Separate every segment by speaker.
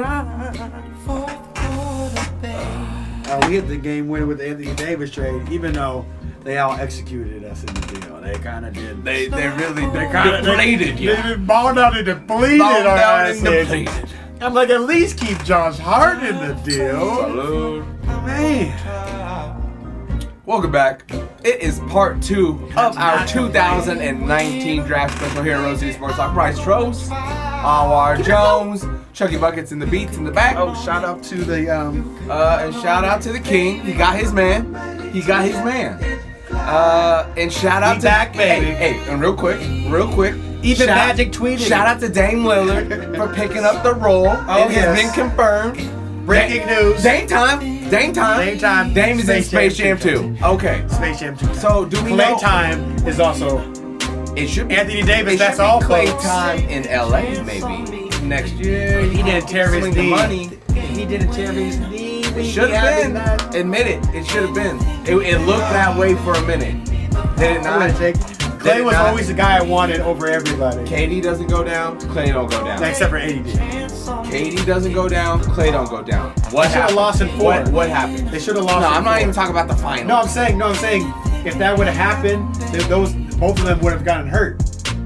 Speaker 1: line. Fourth quarter, babe.
Speaker 2: Uh, we hit the game winner with the Anthony Davis trade, even though they all executed us in the deal. They kind of did.
Speaker 3: They they really they kind of plated you.
Speaker 2: They been balled out and depleted
Speaker 3: Balled
Speaker 2: our
Speaker 3: out and
Speaker 2: assets.
Speaker 3: depleted.
Speaker 2: I'm like, at least keep Josh Hart in the deal.
Speaker 3: Salute.
Speaker 2: Oh, Man,
Speaker 1: Try.
Speaker 3: Welcome back. It is part two of our 2019 draft special here at Rosie's Sports Talk. Bryce Trost, Anwar Jones, Chucky Buckets in the beats in the back.
Speaker 2: oh, shout out to the um,
Speaker 3: Uh, and shout out to the king. He got his man. He got his man. Uh, and shout out
Speaker 2: He
Speaker 3: to
Speaker 2: back, baby.
Speaker 3: Hey, hey, and real quick, real quick.
Speaker 2: Even Magic tweeted
Speaker 3: Shout
Speaker 2: it.
Speaker 3: out to Dame Lillard for picking up the role. Oh, it
Speaker 2: yes.
Speaker 3: has been confirmed.
Speaker 2: Breaking
Speaker 3: Dame-
Speaker 2: news.
Speaker 3: Dame time. Dame time.
Speaker 2: Dame time.
Speaker 3: Dame is in
Speaker 2: Space
Speaker 3: Space
Speaker 2: Jam
Speaker 3: Jam 2. Okay.
Speaker 2: Space Jam 2.
Speaker 3: So do we
Speaker 2: Clay
Speaker 3: know?
Speaker 2: time is also
Speaker 3: It should be
Speaker 2: Anthony Davis.
Speaker 3: It
Speaker 2: That's
Speaker 3: should be
Speaker 2: all,
Speaker 3: Clay
Speaker 2: folks.
Speaker 3: time in LA maybe next year.
Speaker 2: He didn't tear his
Speaker 3: Swing the
Speaker 2: knee.
Speaker 3: money.
Speaker 2: He didn't tear his knee.
Speaker 3: It should have been. Admit it. It should have been. It, it looked that way for a minute. Did it not?
Speaker 2: Clay
Speaker 3: Did
Speaker 2: was
Speaker 3: not.
Speaker 2: always the guy I wanted over everybody,
Speaker 3: KD doesn't go down. Clay don't go down.
Speaker 2: except for AD.
Speaker 3: KD doesn't go down. Clay don't go down. What
Speaker 2: should've
Speaker 3: happened?
Speaker 2: lost in four.
Speaker 3: What, what happened?
Speaker 2: They should have
Speaker 3: No,
Speaker 2: lost. in
Speaker 3: I'm
Speaker 2: four.
Speaker 3: not even talking about the final.
Speaker 2: No, I'm saying, no, I'm saying, if that would have happened, th- those both of them would have gotten hurt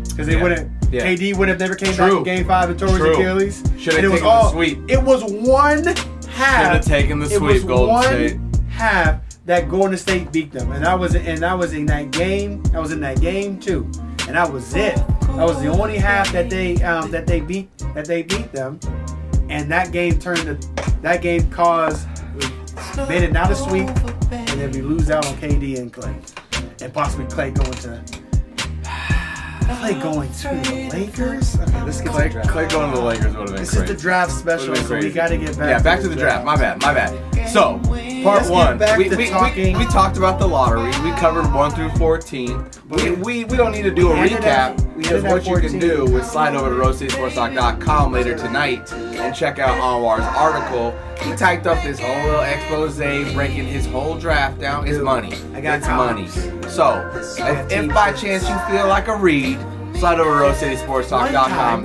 Speaker 2: because they
Speaker 3: Yeah.
Speaker 2: wouldn't.
Speaker 3: Yeah.
Speaker 2: KD would have never came back
Speaker 3: True.
Speaker 2: in Game Five and tore his
Speaker 3: True.
Speaker 2: Achilles.
Speaker 3: Should've
Speaker 2: And it was
Speaker 3: taken the
Speaker 2: all-
Speaker 3: sweep.
Speaker 2: It was one half.
Speaker 3: Should've taken the
Speaker 2: it was
Speaker 3: sweep, Golden
Speaker 2: one
Speaker 3: State.
Speaker 2: Half that Golden State beat them, and I was and I was in that game. I was in that game too, and that was it. That was the only half that they um, that they beat that they beat them, and that game turned the that game caused made it not a sweep, and then we lose out on KD and Clay, and possibly Clay going to Clay going to the Lakers. Okay, let's get
Speaker 3: Clay,
Speaker 2: to the draft.
Speaker 3: Clay going to the Lakers would have been
Speaker 2: This
Speaker 3: crazy.
Speaker 2: is the draft
Speaker 3: Would've
Speaker 2: special,
Speaker 3: been
Speaker 2: so we
Speaker 3: crazy.
Speaker 2: got to get back.
Speaker 3: Yeah, back to the draft. My bad. My bad. So, part
Speaker 2: Let's get
Speaker 3: one.
Speaker 2: back
Speaker 3: we,
Speaker 2: to
Speaker 3: we, we-
Speaker 2: talking.
Speaker 3: We, talked about the lottery. We covered one through fourteen. We, we, we don't need to do a
Speaker 2: We ended
Speaker 3: recap
Speaker 2: at- we
Speaker 3: because
Speaker 2: ended at
Speaker 3: what you can
Speaker 2: 14.
Speaker 3: do is slide over to roastcitysportsock.com later tonight and check out Anwar's article. He typed up this whole little expose breaking his whole draft down. It's money.
Speaker 2: I got
Speaker 3: it's money.
Speaker 2: problems.
Speaker 3: So, if, if by chance you feel like a read, slide over to
Speaker 2: One time,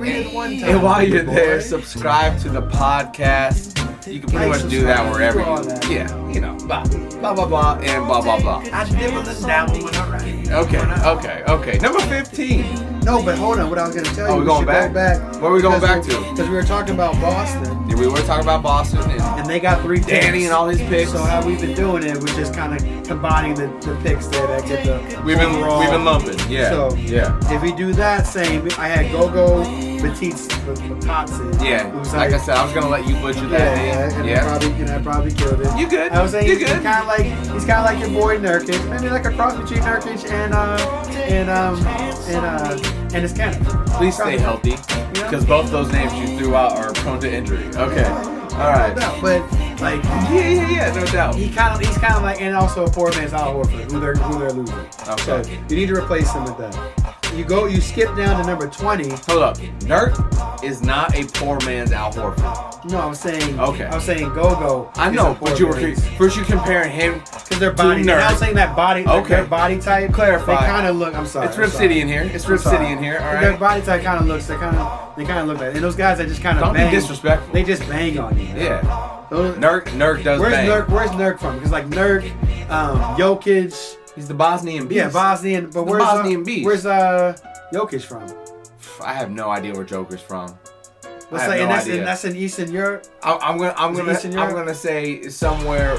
Speaker 3: roastcitysportsock.com
Speaker 2: read it one time.
Speaker 3: and while you're
Speaker 2: Boy.
Speaker 3: there, subscribe to the podcast. You can pretty
Speaker 2: Like,
Speaker 3: much do that
Speaker 2: subscribe,
Speaker 3: wherever
Speaker 2: do all
Speaker 3: you.
Speaker 2: that.
Speaker 3: Yeah, you know, blah blah blah blah and blah blah blah.
Speaker 2: I nibbled and dabbled with her.
Speaker 3: Okay, okay, okay. Number fifteen.
Speaker 2: No, but hold on. What I was going to tell you.
Speaker 3: Oh, we going
Speaker 2: should
Speaker 3: back?
Speaker 2: Go back
Speaker 3: Where we going back to?
Speaker 2: Because we were talking about Boston,
Speaker 3: We were talking about Boston and
Speaker 2: and they got three.
Speaker 3: Danny
Speaker 2: picks.
Speaker 3: and all his picks.
Speaker 2: So how we've been doing it, we're just kind of combining the, the picks there that get the
Speaker 3: We've been
Speaker 2: overall.
Speaker 3: we've been lumping. Yeah,
Speaker 2: So-
Speaker 3: yeah,
Speaker 2: If we do that same, I had Gogo Batiste with Matotsi.
Speaker 3: yeah. Like I said, I was gonna let you butcher that
Speaker 2: Yeah,
Speaker 3: name.
Speaker 2: and I
Speaker 3: Yeah.
Speaker 2: probably and I probably killed it.
Speaker 3: You good.
Speaker 2: I was saying
Speaker 3: You
Speaker 2: he's
Speaker 3: good.
Speaker 2: kind of like he's kind of like your boy Nurkic, maybe like a cross between Nurkic and uh and um and uh and his cannon.
Speaker 3: Please stay healthy because both those names you threw out are prone to injury. Okay. All right.
Speaker 2: No, but like
Speaker 3: Yeah, yeah, yeah. No doubt.
Speaker 2: he kind of he's kind of like and also a poor man's Al Horford, who they're who they're losing. So
Speaker 3: Okay.
Speaker 2: you need to replace him with that. You go you skip down to number twenty.
Speaker 3: Hold up. Nurk is not a poor man's Al Horford.
Speaker 2: No, I'm saying
Speaker 3: Okay.
Speaker 2: I'm saying go go.
Speaker 3: I know, but you were first you comparing him.
Speaker 2: because their body.
Speaker 3: Nurk.
Speaker 2: And I'm saying that body. like,
Speaker 3: Okay.
Speaker 2: their body type.
Speaker 3: Clarify.
Speaker 2: They kind of look. I'm sorry.
Speaker 3: It's
Speaker 2: I'm
Speaker 3: Rip
Speaker 2: sorry.
Speaker 3: City in here. It's Rip
Speaker 2: I'm sorry.
Speaker 3: City in here. All
Speaker 2: Their
Speaker 3: right.
Speaker 2: body type kind of looks. They kind of. They kind of look like. And those guys that just kind of
Speaker 3: Don't be
Speaker 2: bang.
Speaker 3: disrespectful.
Speaker 2: They just bang on you. man.
Speaker 3: Yeah.
Speaker 2: Those-
Speaker 3: Nurk Nurk does
Speaker 2: Where's
Speaker 3: bang.
Speaker 2: Nurk? Where's Nurk from? Because like Nurk, um, Jokic.
Speaker 3: He's the Bosnian beast.
Speaker 2: Yeah, Bosnian. But
Speaker 3: The
Speaker 2: where's uh,
Speaker 3: Bosnian beast.
Speaker 2: Where's uh Jokic from?
Speaker 3: I have no idea where Joker's from. I
Speaker 2: Let's
Speaker 3: have
Speaker 2: say,
Speaker 3: no
Speaker 2: and that's
Speaker 3: idea.
Speaker 2: in that's in Eastern Europe.
Speaker 3: I, I'm gonna I'm
Speaker 2: Is it
Speaker 3: gonna
Speaker 2: Eastern
Speaker 3: I'm
Speaker 2: Europe?
Speaker 3: gonna say somewhere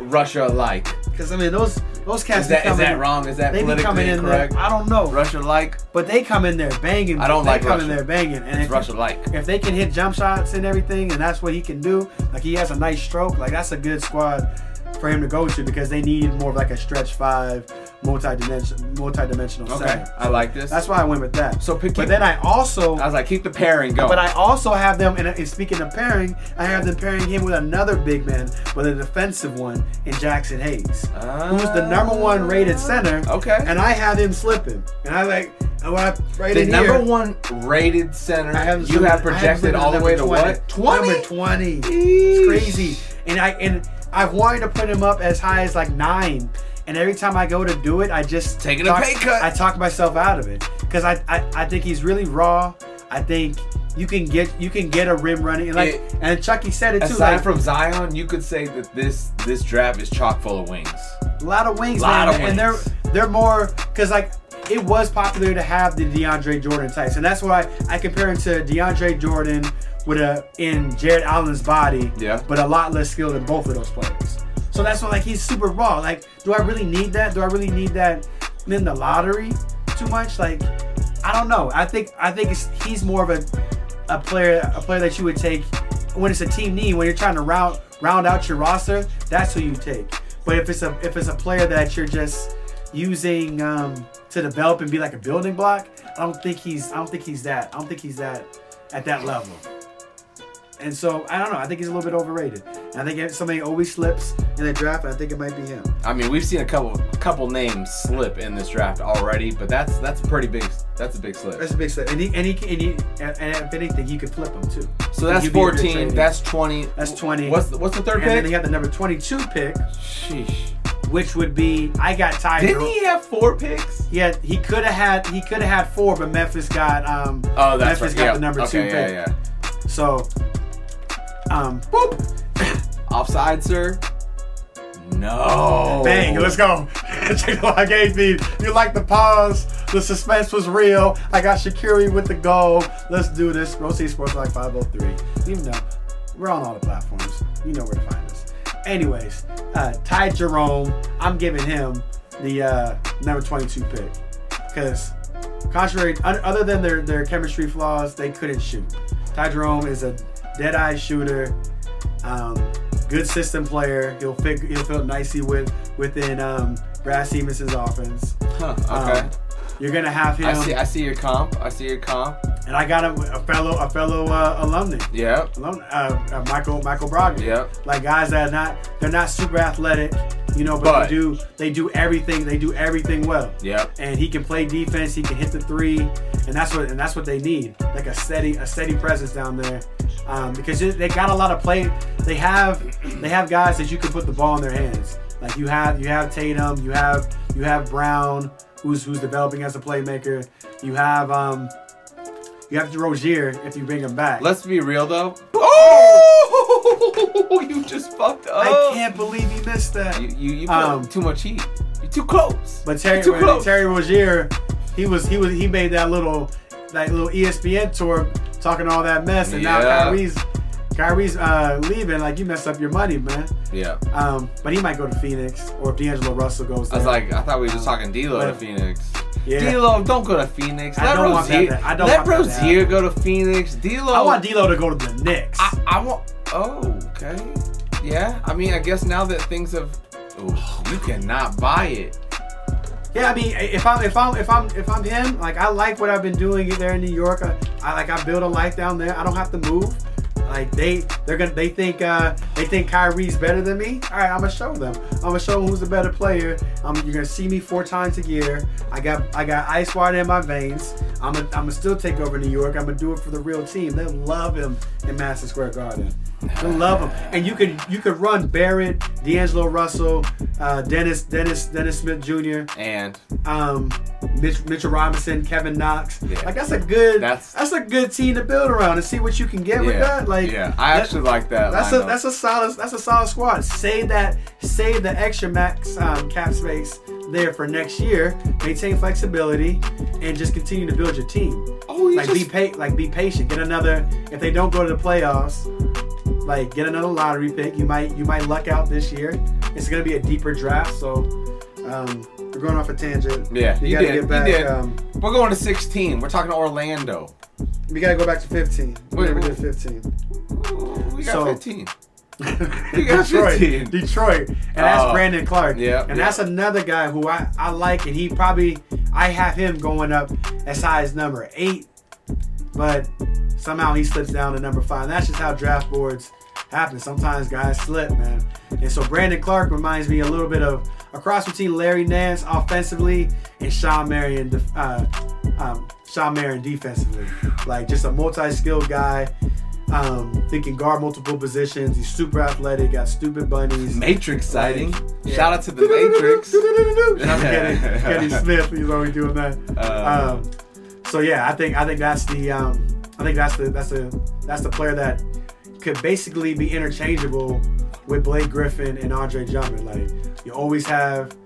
Speaker 3: Russia like.
Speaker 2: Because I mean those those cats.
Speaker 3: Is
Speaker 2: be
Speaker 3: that is
Speaker 2: coming
Speaker 3: that
Speaker 2: in-
Speaker 3: wrong? Is that
Speaker 2: They be coming
Speaker 3: politically
Speaker 2: in there.
Speaker 3: incorrect?
Speaker 2: I don't know.
Speaker 3: Russia like.
Speaker 2: But they come in there banging.
Speaker 3: I don't
Speaker 2: they
Speaker 3: like
Speaker 2: come in
Speaker 3: Russia.
Speaker 2: there banging, and
Speaker 3: It's
Speaker 2: if-
Speaker 3: Russia like.
Speaker 2: if they can hit jump shots and everything, and that's what he can do, like he has a nice stroke, like that's a good squad for him to go to because they need more of like a stretch five, multi-dimension, multi-dimensional
Speaker 3: Okay.
Speaker 2: center.
Speaker 3: I like this.
Speaker 2: That's why I went with that.
Speaker 3: So pick
Speaker 2: but
Speaker 3: it-
Speaker 2: then I also,
Speaker 3: I was like, keep the pairing going.
Speaker 2: but I also have them, and, and speaking of pairing, I have them pairing him with another big man, but a defensive one in Jackson Hayes, who's the number one rated center.
Speaker 3: Ah. Okay.
Speaker 2: and I have him slipping, and I like, and when I right
Speaker 3: The
Speaker 2: in
Speaker 3: number
Speaker 2: here,
Speaker 3: one rated center
Speaker 2: I have
Speaker 3: you have projected all the way to what?
Speaker 2: 20? Number 20. It's crazy. And I and I've wanted to put him up as high as like nine. And every time I go to do it, I just
Speaker 3: Taking a
Speaker 2: talk,
Speaker 3: pay cut.
Speaker 2: I talk myself out of it because I, I I think he's really raw. I think you can get you can get a rim running and like
Speaker 3: It-
Speaker 2: and Chucky said it too.
Speaker 3: Aside
Speaker 2: Like
Speaker 3: from Zion, you could say that this this draft is chock full of wings.
Speaker 2: a lot of wings,
Speaker 3: Lot
Speaker 2: man,
Speaker 3: of
Speaker 2: and
Speaker 3: wings.
Speaker 2: they're they're more because like it was popular to have the DeAndre Jordan types, and that's why I compare him to DeAndre Jordan with a in Jared Allen's body,
Speaker 3: Yeah.
Speaker 2: but a lot less skill than both of those players. So that's why like he's super raw. Like, do I really need that? Do I really need that in the lottery too much? Like, I don't know. I think I think it's, he's more of a a player a player that you would take when it's a team need when you're trying to round round out your roster that's who you take but if it's a if it's a player that you're just using um, to develop and be like a building block I don't think he's I don't think he's that I don't think he's that at that level and so I don't know I think he's a little bit overrated and I think somebody always slips in the draft and I think it might be him
Speaker 3: I mean, we've seen a couple a couple names slip in this draft already, but that's that's a pretty big. That's a big slip.
Speaker 2: that's a big slip and he and he, and, he, and, and if anything you could flip him too
Speaker 3: So that's
Speaker 2: He'd be a good
Speaker 3: 14.
Speaker 2: trade.
Speaker 3: That's 20.
Speaker 2: That's 20.
Speaker 3: What's the, what's the third
Speaker 2: and then
Speaker 3: pick?
Speaker 2: he had the number 22 pick
Speaker 3: Sheesh.
Speaker 2: which would be I got tired.
Speaker 3: Didn't he have four picks?
Speaker 2: Yeah, he could have had he could have had four, but Memphis got um
Speaker 3: Oh, that's
Speaker 2: Memphis
Speaker 3: right.
Speaker 2: got
Speaker 3: yeah.
Speaker 2: the number
Speaker 3: okay,
Speaker 2: two
Speaker 3: yeah,
Speaker 2: pick.
Speaker 3: Yeah,
Speaker 2: So um
Speaker 3: Boop. Offside, sir. No.
Speaker 2: bang, let's go. Check out my game feed. You like the pause, the suspense was real. I got Shakiri with the goal. Let's do this. Proceed Sports like 503. Even though we're on all the platforms. You know where to find us. Anyways, uh Ty Jerome, I'm giving him the uh number 22 pick. Cause contrary, un- other than their, their chemistry flaws, they couldn't shoot. Ty Jerome is a dead eye shooter, um, good system player. He'll fit he'll fit nicely with within um, Brad Stevenson's offense.
Speaker 3: Huh,
Speaker 2: Um,
Speaker 3: okay.
Speaker 2: you're gonna have him,
Speaker 3: I see. I see your comp. I see your comp.
Speaker 2: and I got him a fellow a fellow uh, alumni.
Speaker 3: Yeah.
Speaker 2: Alum, uh, uh, Michael Michael Brogdon.
Speaker 3: Yep.
Speaker 2: Like guys that are not they're not super athletic, you know, but,
Speaker 3: But-
Speaker 2: they do they do everything they do everything well.
Speaker 3: Yep.
Speaker 2: And he can play defense, he can hit the three, and that's what and that's what they need. Like a steady a steady presence down there. Um, because it- they got a lot of play. They have they have guys that you can put the ball in their hands. Like you have you have Tatum, you have you have Brown, who's who's developing as a playmaker. You have um you have Rozier if you bring him back.
Speaker 3: Let's be real though. Oh! You just fucked up.
Speaker 2: I can't believe he missed that.
Speaker 3: You you, you put
Speaker 2: Um,
Speaker 3: up too much heat. You're too close.
Speaker 2: But Terry,
Speaker 3: You're too close.
Speaker 2: Terry Rozier, he was he was he made that little that little E ESPN tour talking all that mess, and
Speaker 3: Yeah.
Speaker 2: now Kyrie's Kyrie's uh, leaving. Like you messed up your money, man.
Speaker 3: yeah.
Speaker 2: Um, but he might go to Phoenix, or if D'Angelo Russell goes
Speaker 3: I was
Speaker 2: there.
Speaker 3: like, I thought we were just talking D'Lo to
Speaker 2: But-
Speaker 3: Phoenix.
Speaker 2: Yeah.
Speaker 3: D'Lo, don't go to Phoenix.
Speaker 2: I
Speaker 3: Let
Speaker 2: don't want that
Speaker 3: Rozier.
Speaker 2: to- I don't
Speaker 3: let
Speaker 2: want that to
Speaker 3: Rozier go to Phoenix. D'Lo.
Speaker 2: I want D'Lo to go to the Knicks.
Speaker 3: I, I want. Oh, okay. Yeah. I mean, I guess now that things have, oh, you cannot buy it.
Speaker 2: yeah, I mean, if I'm if I'm if I'm if I'm him, like I like what I've been doing there in New York. I, I like I build a life down there. I don't have to move. Like they they're gonna they think uh they think Kyrie's better than me. All right, I'm gonna show them. I'm gonna show them who's the better player. Um, you're gonna see me four times a year. I got I got ice water in my veins. I'm gonna I'm gonna still take over New York. I'm gonna do it for the real team. They'll love him in Madison Square Garden. They'll love him. And you could you could run Barrett, D'Angelo Russell, uh, Dennis Dennis Dennis Smith Jr
Speaker 3: And
Speaker 2: um, Mitch, Mitchell Robinson, Kevin Knox.
Speaker 3: Yeah.
Speaker 2: Like that's a good
Speaker 3: That's-
Speaker 2: that's, a good team to build around and see what you can get with
Speaker 3: yeah,
Speaker 2: that. Oh Like
Speaker 3: yeah, I
Speaker 2: that-
Speaker 3: actually like that.
Speaker 2: that's a
Speaker 3: lineup.
Speaker 2: that's a solid that's a solid squad. Save that save the extra max um, cap space there for next year. Maintain flexibility and just continue to build your team.
Speaker 3: Oh, you
Speaker 2: like
Speaker 3: just-
Speaker 2: be pa- like be patient. Get another if they don't go to the playoffs. Like get another lottery pick. You might you might luck out this year. It's gonna be a deeper draft, so um, we're going off a tangent.
Speaker 3: Yeah,
Speaker 2: you,
Speaker 3: you
Speaker 2: gotta
Speaker 3: did, you
Speaker 2: get back.
Speaker 3: did.
Speaker 2: Um,
Speaker 3: We're going to 16. We're talking to Orlando.
Speaker 2: we gotta go back to 15. We
Speaker 3: Wait,
Speaker 2: never
Speaker 3: wait.
Speaker 2: did 15.
Speaker 3: Ooh, we got
Speaker 2: So-
Speaker 3: 15. You got 15.
Speaker 2: Detroit, Detroit, and that's
Speaker 3: Oh.
Speaker 2: Brandon Clark.
Speaker 3: Yeah,
Speaker 2: and
Speaker 3: yeah.
Speaker 2: that's another guy who I, I like, and he probably I have him going up as size number eight, but somehow he slips down to number five. And that's just how draft boards happen. Sometimes guys slip, man. And so Brandon Clark reminds me a little bit of a cross between Larry Nance offensively and Sean Marion. def- Uh, um, Sean Marion defensively, like just a multi-skilled guy. Um, he can guard multiple positions. He's super athletic. Got stupid bunnies.
Speaker 3: Matrix sighting.
Speaker 2: Yeah.
Speaker 3: Shout out to the Matrix.
Speaker 2: Shout out to Kenny, Kenny Smith. He's always doing that.
Speaker 3: Uh,
Speaker 2: Um, so yeah, I think I think that's the um, I think that's the that's the that's the player that could basically be interchangeable with Blake Griffin and Andre Drummond. Like you always have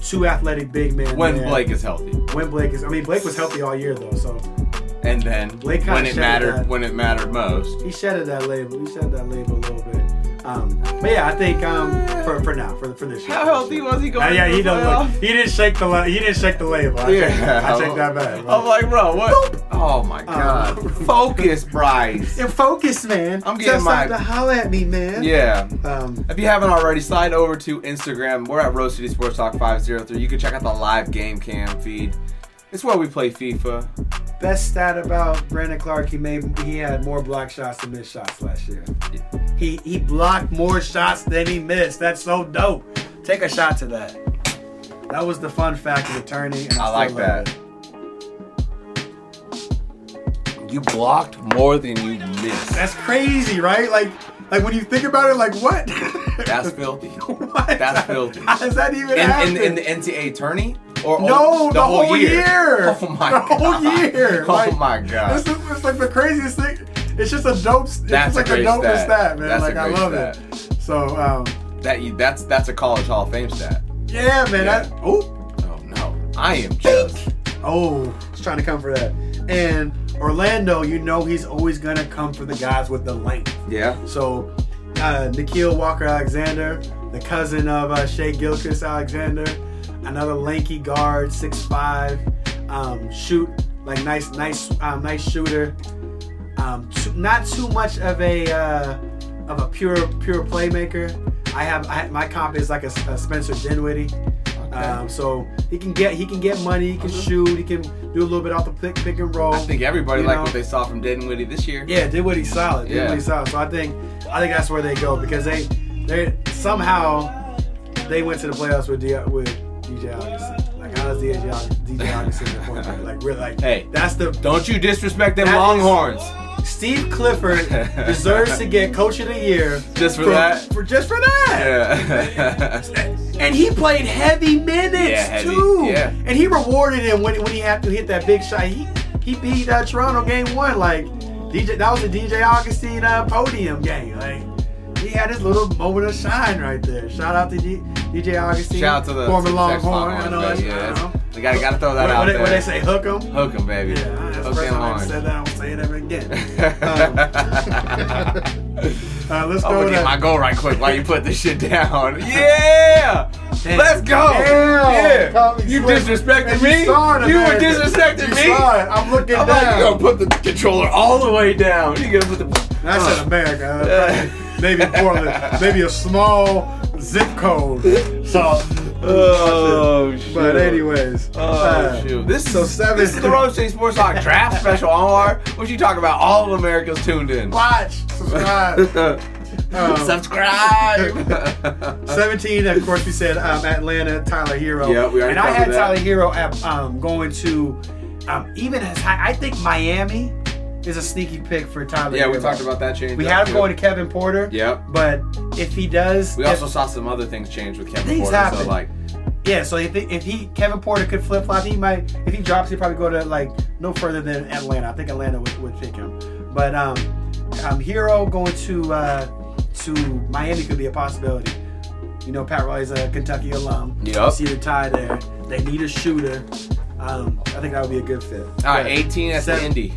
Speaker 2: two athletic big men.
Speaker 3: When
Speaker 2: there.
Speaker 3: Blake is healthy,
Speaker 2: when Blake is I mean Blake was healthy all year though, so
Speaker 3: and then
Speaker 2: Blake kinda
Speaker 3: when it
Speaker 2: showed
Speaker 3: mattered,
Speaker 2: that.
Speaker 3: when it mattered most,
Speaker 2: he shedded that label. He shed that label a little bit. Um, but yeah, I think um, for for now for for this year.
Speaker 4: How healthy was he
Speaker 2: Uh,
Speaker 4: going?
Speaker 2: yeah,
Speaker 4: into
Speaker 2: he
Speaker 4: the
Speaker 2: don't
Speaker 4: playoff?
Speaker 2: look. He didn't shake the. la- He didn't shake the label. I take, I take that back.
Speaker 3: I'm like, bro, what? Oh
Speaker 2: Um,
Speaker 3: my god, focus, Bryce.
Speaker 2: And focus, man.
Speaker 3: I'm getting
Speaker 2: Just
Speaker 3: my-
Speaker 2: stop to holler at me, man.
Speaker 3: Yeah.
Speaker 2: Um,
Speaker 3: If you haven't already, slide over to Instagram. We're at Rose City Sports Talk 503. You can check out the live game cam feed. It's where we play FIFA.
Speaker 2: best stat about Brandon Clark, he made he had more block shots than missed shots last year. He he blocked more shots than he missed. That's so dope. Take a shot to that. That was the fun fact of attorney.
Speaker 3: I
Speaker 2: And still
Speaker 3: like
Speaker 2: love
Speaker 3: that.
Speaker 2: it.
Speaker 3: You blocked more than you missed.
Speaker 2: That's crazy, right? Like like when you think about it, like what?
Speaker 3: That's filthy.
Speaker 2: what?
Speaker 3: that's filthy.
Speaker 2: Oh How does that even
Speaker 3: In,
Speaker 2: happen?
Speaker 3: in, in the NCAA tourney? Or
Speaker 2: No, the, whole, year.
Speaker 3: Oh my
Speaker 2: the
Speaker 3: god.
Speaker 2: whole year.
Speaker 3: Oh
Speaker 2: Like,
Speaker 3: my
Speaker 2: This
Speaker 3: god.
Speaker 2: is it's like the craziest thing. It's just a dope. It's
Speaker 3: That's
Speaker 2: just
Speaker 3: a
Speaker 2: like
Speaker 3: great
Speaker 2: a dope
Speaker 3: stat.
Speaker 2: stat. man.
Speaker 3: That's a
Speaker 2: like I
Speaker 3: great
Speaker 2: love it. So um,
Speaker 3: That you that's that's a college hall of fame stat.
Speaker 2: yeah, man.
Speaker 3: Yeah.
Speaker 2: I, oh,
Speaker 3: Oh no. I am just
Speaker 2: oh, just trying to come for that. And Orlando, you know, he's always gonna come for the guys with the length.
Speaker 3: Yeah.
Speaker 2: So uh, Nikhil Walker Alexander, the cousin of uh, Shea Gilchrist Alexander, another lanky guard, 6'5", um, shoot like nice, nice, um, nice shooter. Um, too- not too much of a uh, of a pure pure playmaker. I have I, my comp is like a, a Spencer Dinwiddie. Um, so he can get he can get money, he can shoot, he can do a little bit off the pick, pick and roll.
Speaker 3: Uh-huh. I think everybody
Speaker 2: you
Speaker 3: liked
Speaker 2: know?
Speaker 3: what they saw from Dinwiddie this year.
Speaker 2: Yeah, did what he solid. Did
Speaker 3: Yeah.
Speaker 2: what he solid. So I think I think that's where they go because they they somehow they went to the playoffs with D, with DJ Augustin. Like how does DJ Aug- DJ Augustin get point guard? Like really like
Speaker 3: Hey.
Speaker 2: that's the
Speaker 3: Don't you disrespect them
Speaker 2: That is-
Speaker 3: Longhorns.
Speaker 2: Steve Clifford deserves to get coach of the year
Speaker 3: Just for that?
Speaker 2: For just for that.
Speaker 3: Yeah.
Speaker 2: And he played heavy minutes
Speaker 3: Yeah, heavy.
Speaker 2: too.
Speaker 3: Yeah.
Speaker 2: And he rewarded him when, when he had to hit that big shot. He he beat uh, Toronto game one. Like DJ, that was the DJ Augustine uh, podium game. Like he had his little moment of shine right there. Shout out to D, DJ Augustine.
Speaker 3: Shout out to the
Speaker 2: former
Speaker 3: Texas
Speaker 2: Longhorn. I know
Speaker 3: Longhorns,
Speaker 2: that's
Speaker 3: baby. Yeah,
Speaker 2: I know.
Speaker 3: that's- We gotta gotta throw that
Speaker 2: What-
Speaker 3: out
Speaker 2: what, they-
Speaker 3: there.
Speaker 2: what they say, hook 'em.
Speaker 3: Hook 'em, baby.
Speaker 2: Yeah, that's the
Speaker 3: Hook
Speaker 2: first
Speaker 3: them
Speaker 2: time I
Speaker 3: Longhorns.
Speaker 2: said that. I won't say it ever again.
Speaker 3: I'm
Speaker 2: All right, let's go
Speaker 3: gonna
Speaker 2: to
Speaker 3: get Oh, my goal right quick while you put this shit down. Yeah, let's go.
Speaker 2: Damn.
Speaker 3: Yeah,
Speaker 2: Caught me
Speaker 3: you
Speaker 2: slipping.
Speaker 3: disrespected
Speaker 2: And
Speaker 3: me.
Speaker 2: You, saw it,
Speaker 3: You were
Speaker 2: America.
Speaker 3: disrespecting
Speaker 2: You
Speaker 3: me.
Speaker 2: saw it. I'm looking
Speaker 3: I'm like,
Speaker 2: down.
Speaker 3: you gonna put the controller all the way down. You gonna put the?
Speaker 2: I said America.
Speaker 3: Yeah.
Speaker 2: huh? maybe Portland. Maybe a small zip code. So,
Speaker 3: Oh shit.
Speaker 2: but anyways.
Speaker 3: Oh
Speaker 2: uh,
Speaker 3: shoot. This
Speaker 2: so
Speaker 3: is
Speaker 2: seven-
Speaker 3: This is the Road City Sports Talk Draft Special on What you talking about? All of America's tuned in.
Speaker 2: Watch, subscribe. Um,
Speaker 3: Subscribe.
Speaker 2: 17, of course, we said um, Atlanta, Tyler Hero.
Speaker 3: Yeah, we already
Speaker 2: And I had
Speaker 3: covered that.
Speaker 2: Tyler Hero at, um, going to um, even as high. I think Miami is a sneaky pick for Tyler
Speaker 3: yeah, we
Speaker 2: Hero.
Speaker 3: talked about that change.
Speaker 2: We
Speaker 3: up,
Speaker 2: have
Speaker 3: too.
Speaker 2: going to Kevin Porter.
Speaker 3: Yep.
Speaker 2: But if he does,
Speaker 3: We
Speaker 2: if-
Speaker 3: also saw some other things change with Kevin
Speaker 2: Things
Speaker 3: Porter. So
Speaker 2: happen.
Speaker 3: like,
Speaker 2: yeah. So if, if he Kevin Porter could flip flop, he might. If he drops, he probably go to like no further than Atlanta. I think Atlanta would, would pick him. But um, um, Hero going to uh, to Miami could be a possibility. You know, Pat Riley's a Kentucky alum.
Speaker 3: Yup.
Speaker 2: You See the tie there. They need a shooter. Um, I think that would be a good fit.
Speaker 3: all right, 18 at the
Speaker 2: Seven-
Speaker 3: Indy.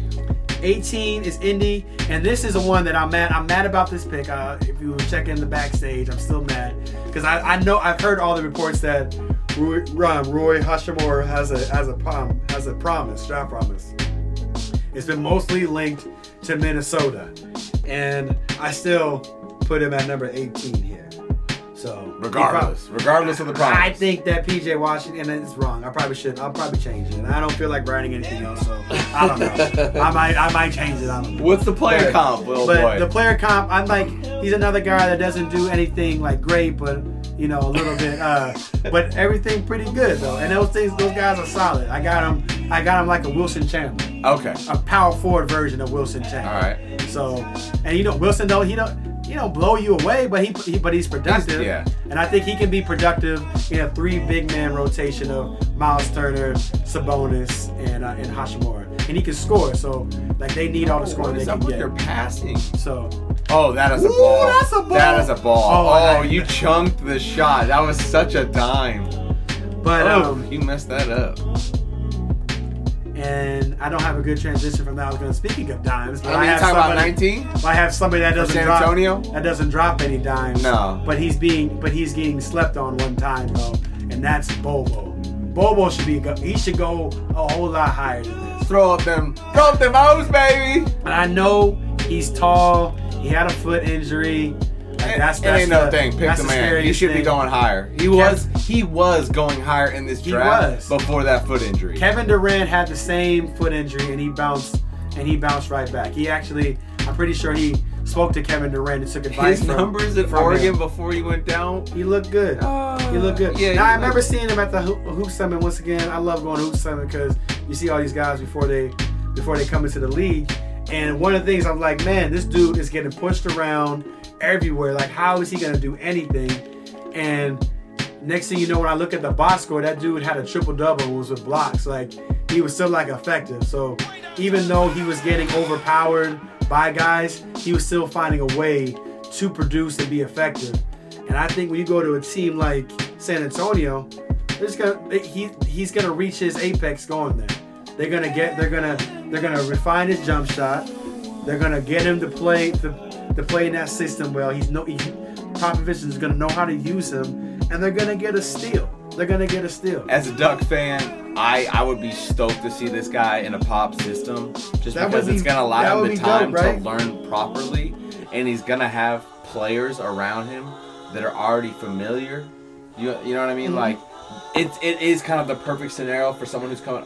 Speaker 2: 18 is Indy, and this is the one that I'm mad. I'm mad about this pick. Uh, if you check in the backstage, I'm still mad because I, I know I've heard all the reports that Roy, um, Roy Hashimura has a has a prom, has a promise, draft promise. It's been mostly linked to Minnesota, and I still put him at number 18 here. So he
Speaker 3: Regardless, regardless of the promise.
Speaker 2: I think that PJ Washington and it's wrong. I probably should. I'll probably change it. And I don't feel like writing anything else, so I don't know. I might. I might change it. I don't know.
Speaker 3: What's the player
Speaker 2: But-
Speaker 3: comp, Will
Speaker 2: but
Speaker 3: Oh, Boy?
Speaker 2: the player comp, I'm like, he's another guy that doesn't do anything like great, but you know, a little bit. Uh, but everything pretty good though. And those things, those guys are solid. I got him. I got him like a Wilson Chandler
Speaker 3: okay.
Speaker 2: a power forward version of Wilson Chandler.
Speaker 3: All right.
Speaker 2: So, and you know Wilson though he don't he don't blow you away, but he, he but he's productive.
Speaker 3: yeah.
Speaker 2: And I think he can be productive in a three big man rotation of Miles Turner, Sabonis, and uh, and Hashimura. and he can score. So like they need all the
Speaker 4: What
Speaker 2: scoring they
Speaker 4: is up
Speaker 2: can
Speaker 4: with your
Speaker 2: get.
Speaker 4: passing?
Speaker 2: So
Speaker 3: Oh, that is a
Speaker 2: Ooh,
Speaker 3: ball.
Speaker 2: that's a ball.
Speaker 3: That is a ball.
Speaker 2: Oh, I
Speaker 3: Oh,
Speaker 2: like
Speaker 3: you
Speaker 2: that.
Speaker 3: chunked the shot. That was such a dime.
Speaker 2: but
Speaker 3: oh,
Speaker 2: um
Speaker 3: you messed that up.
Speaker 2: and I don't have a good transition from that. I was gonna speaking of dimes,
Speaker 4: I
Speaker 2: but
Speaker 4: mean,
Speaker 2: I
Speaker 4: you
Speaker 2: have
Speaker 4: talking about
Speaker 2: somebody,
Speaker 4: 19?
Speaker 2: I have somebody that doesn't
Speaker 3: San
Speaker 2: drop
Speaker 3: Antonio?
Speaker 2: that doesn't drop any dimes.
Speaker 3: No.
Speaker 2: But he's being but he's getting slept on one time though, and that's Bobo. Bobo should be go- he should go a whole lot higher than this.
Speaker 3: Throw up them, throw up them O's, baby.
Speaker 2: And I know he's tall. He had a foot injury. Like, that's,
Speaker 3: it
Speaker 2: that's
Speaker 3: ain't no
Speaker 2: the-
Speaker 3: thing. Pick
Speaker 2: that's
Speaker 3: the
Speaker 2: the
Speaker 3: man. He
Speaker 2: scariest
Speaker 3: should be
Speaker 2: thing.
Speaker 3: going higher. He was, he was going higher in this
Speaker 2: He
Speaker 3: draft
Speaker 2: was.
Speaker 3: before that foot injury.
Speaker 2: Kevin Durant had the same foot injury, and he bounced and he bounced right back. He actually, I'm pretty sure he spoke to Kevin Durant and took advice.
Speaker 3: His
Speaker 2: from-
Speaker 3: numbers at
Speaker 2: from him.
Speaker 3: Oregon before he went down.
Speaker 2: He looked good. he looked good.
Speaker 3: yeah,
Speaker 2: Yeah,
Speaker 3: he
Speaker 2: I
Speaker 3: looked-
Speaker 2: remember seeing him at the Ho- Hoop Summit once again. I love going to Hoop Summit because you see all these guys before they before they come into the league. And one of the things I'm like, man, this dude is getting pushed around everywhere. Like, how is he gonna do anything? And next thing you know, when I look at the box score, that dude had a triple double was with blocks. Like he was still like effective. So even though he was getting overpowered by guys, he was still finding a way to produce and be effective. And I think when you go to a team like San Antonio, they're just gonna he he's gonna reach his apex going there. They're gonna get they're gonna they're gonna refine his jump shot. They're gonna get him to play to, to play in that system well. He's no he, Popovich is gonna know how to use him, and they're gonna get a steal. They're gonna get a steal.
Speaker 3: As a Duck fan, I, I would be stoked to see this guy in a pop system just
Speaker 2: That
Speaker 3: because
Speaker 2: would be-
Speaker 3: it's going to
Speaker 2: that
Speaker 3: allow
Speaker 2: would
Speaker 3: him the
Speaker 2: be
Speaker 3: time
Speaker 2: dope, right?
Speaker 3: to learn properly, and he's going to have players around him that are already familiar. You you know what I mean?
Speaker 2: Mm-hmm.
Speaker 3: Like it's it is kind of the perfect scenario for someone who's coming.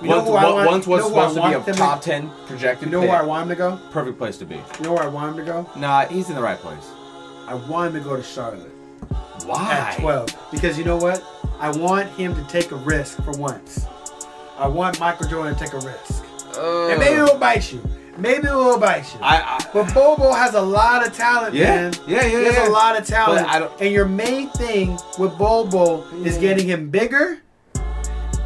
Speaker 2: You know
Speaker 3: once
Speaker 2: who I
Speaker 3: one-
Speaker 2: want-
Speaker 3: once was
Speaker 2: you know who I
Speaker 3: supposed to
Speaker 2: want
Speaker 3: be a
Speaker 2: them to-
Speaker 3: top ten projected.
Speaker 2: You know
Speaker 3: pick.
Speaker 2: where I want him to go?
Speaker 3: Perfect place to be.
Speaker 2: You know where I want him to go?
Speaker 3: Nah, he's in the right place.
Speaker 2: I want him to go to Charlotte
Speaker 3: Why?
Speaker 2: at 12 because you know what? I want him to take a risk for once. I want Michael Jordan to take a risk. And maybe it will bite you. Maybe it will bite you.
Speaker 3: I, I
Speaker 2: But Bobo has a lot of talent,
Speaker 3: Yeah.
Speaker 2: man.
Speaker 3: Yeah, yeah,
Speaker 2: He has
Speaker 3: yeah.
Speaker 2: a lot of talent.
Speaker 3: But I don't- Mm.
Speaker 2: and your main thing with Bobo is getting him bigger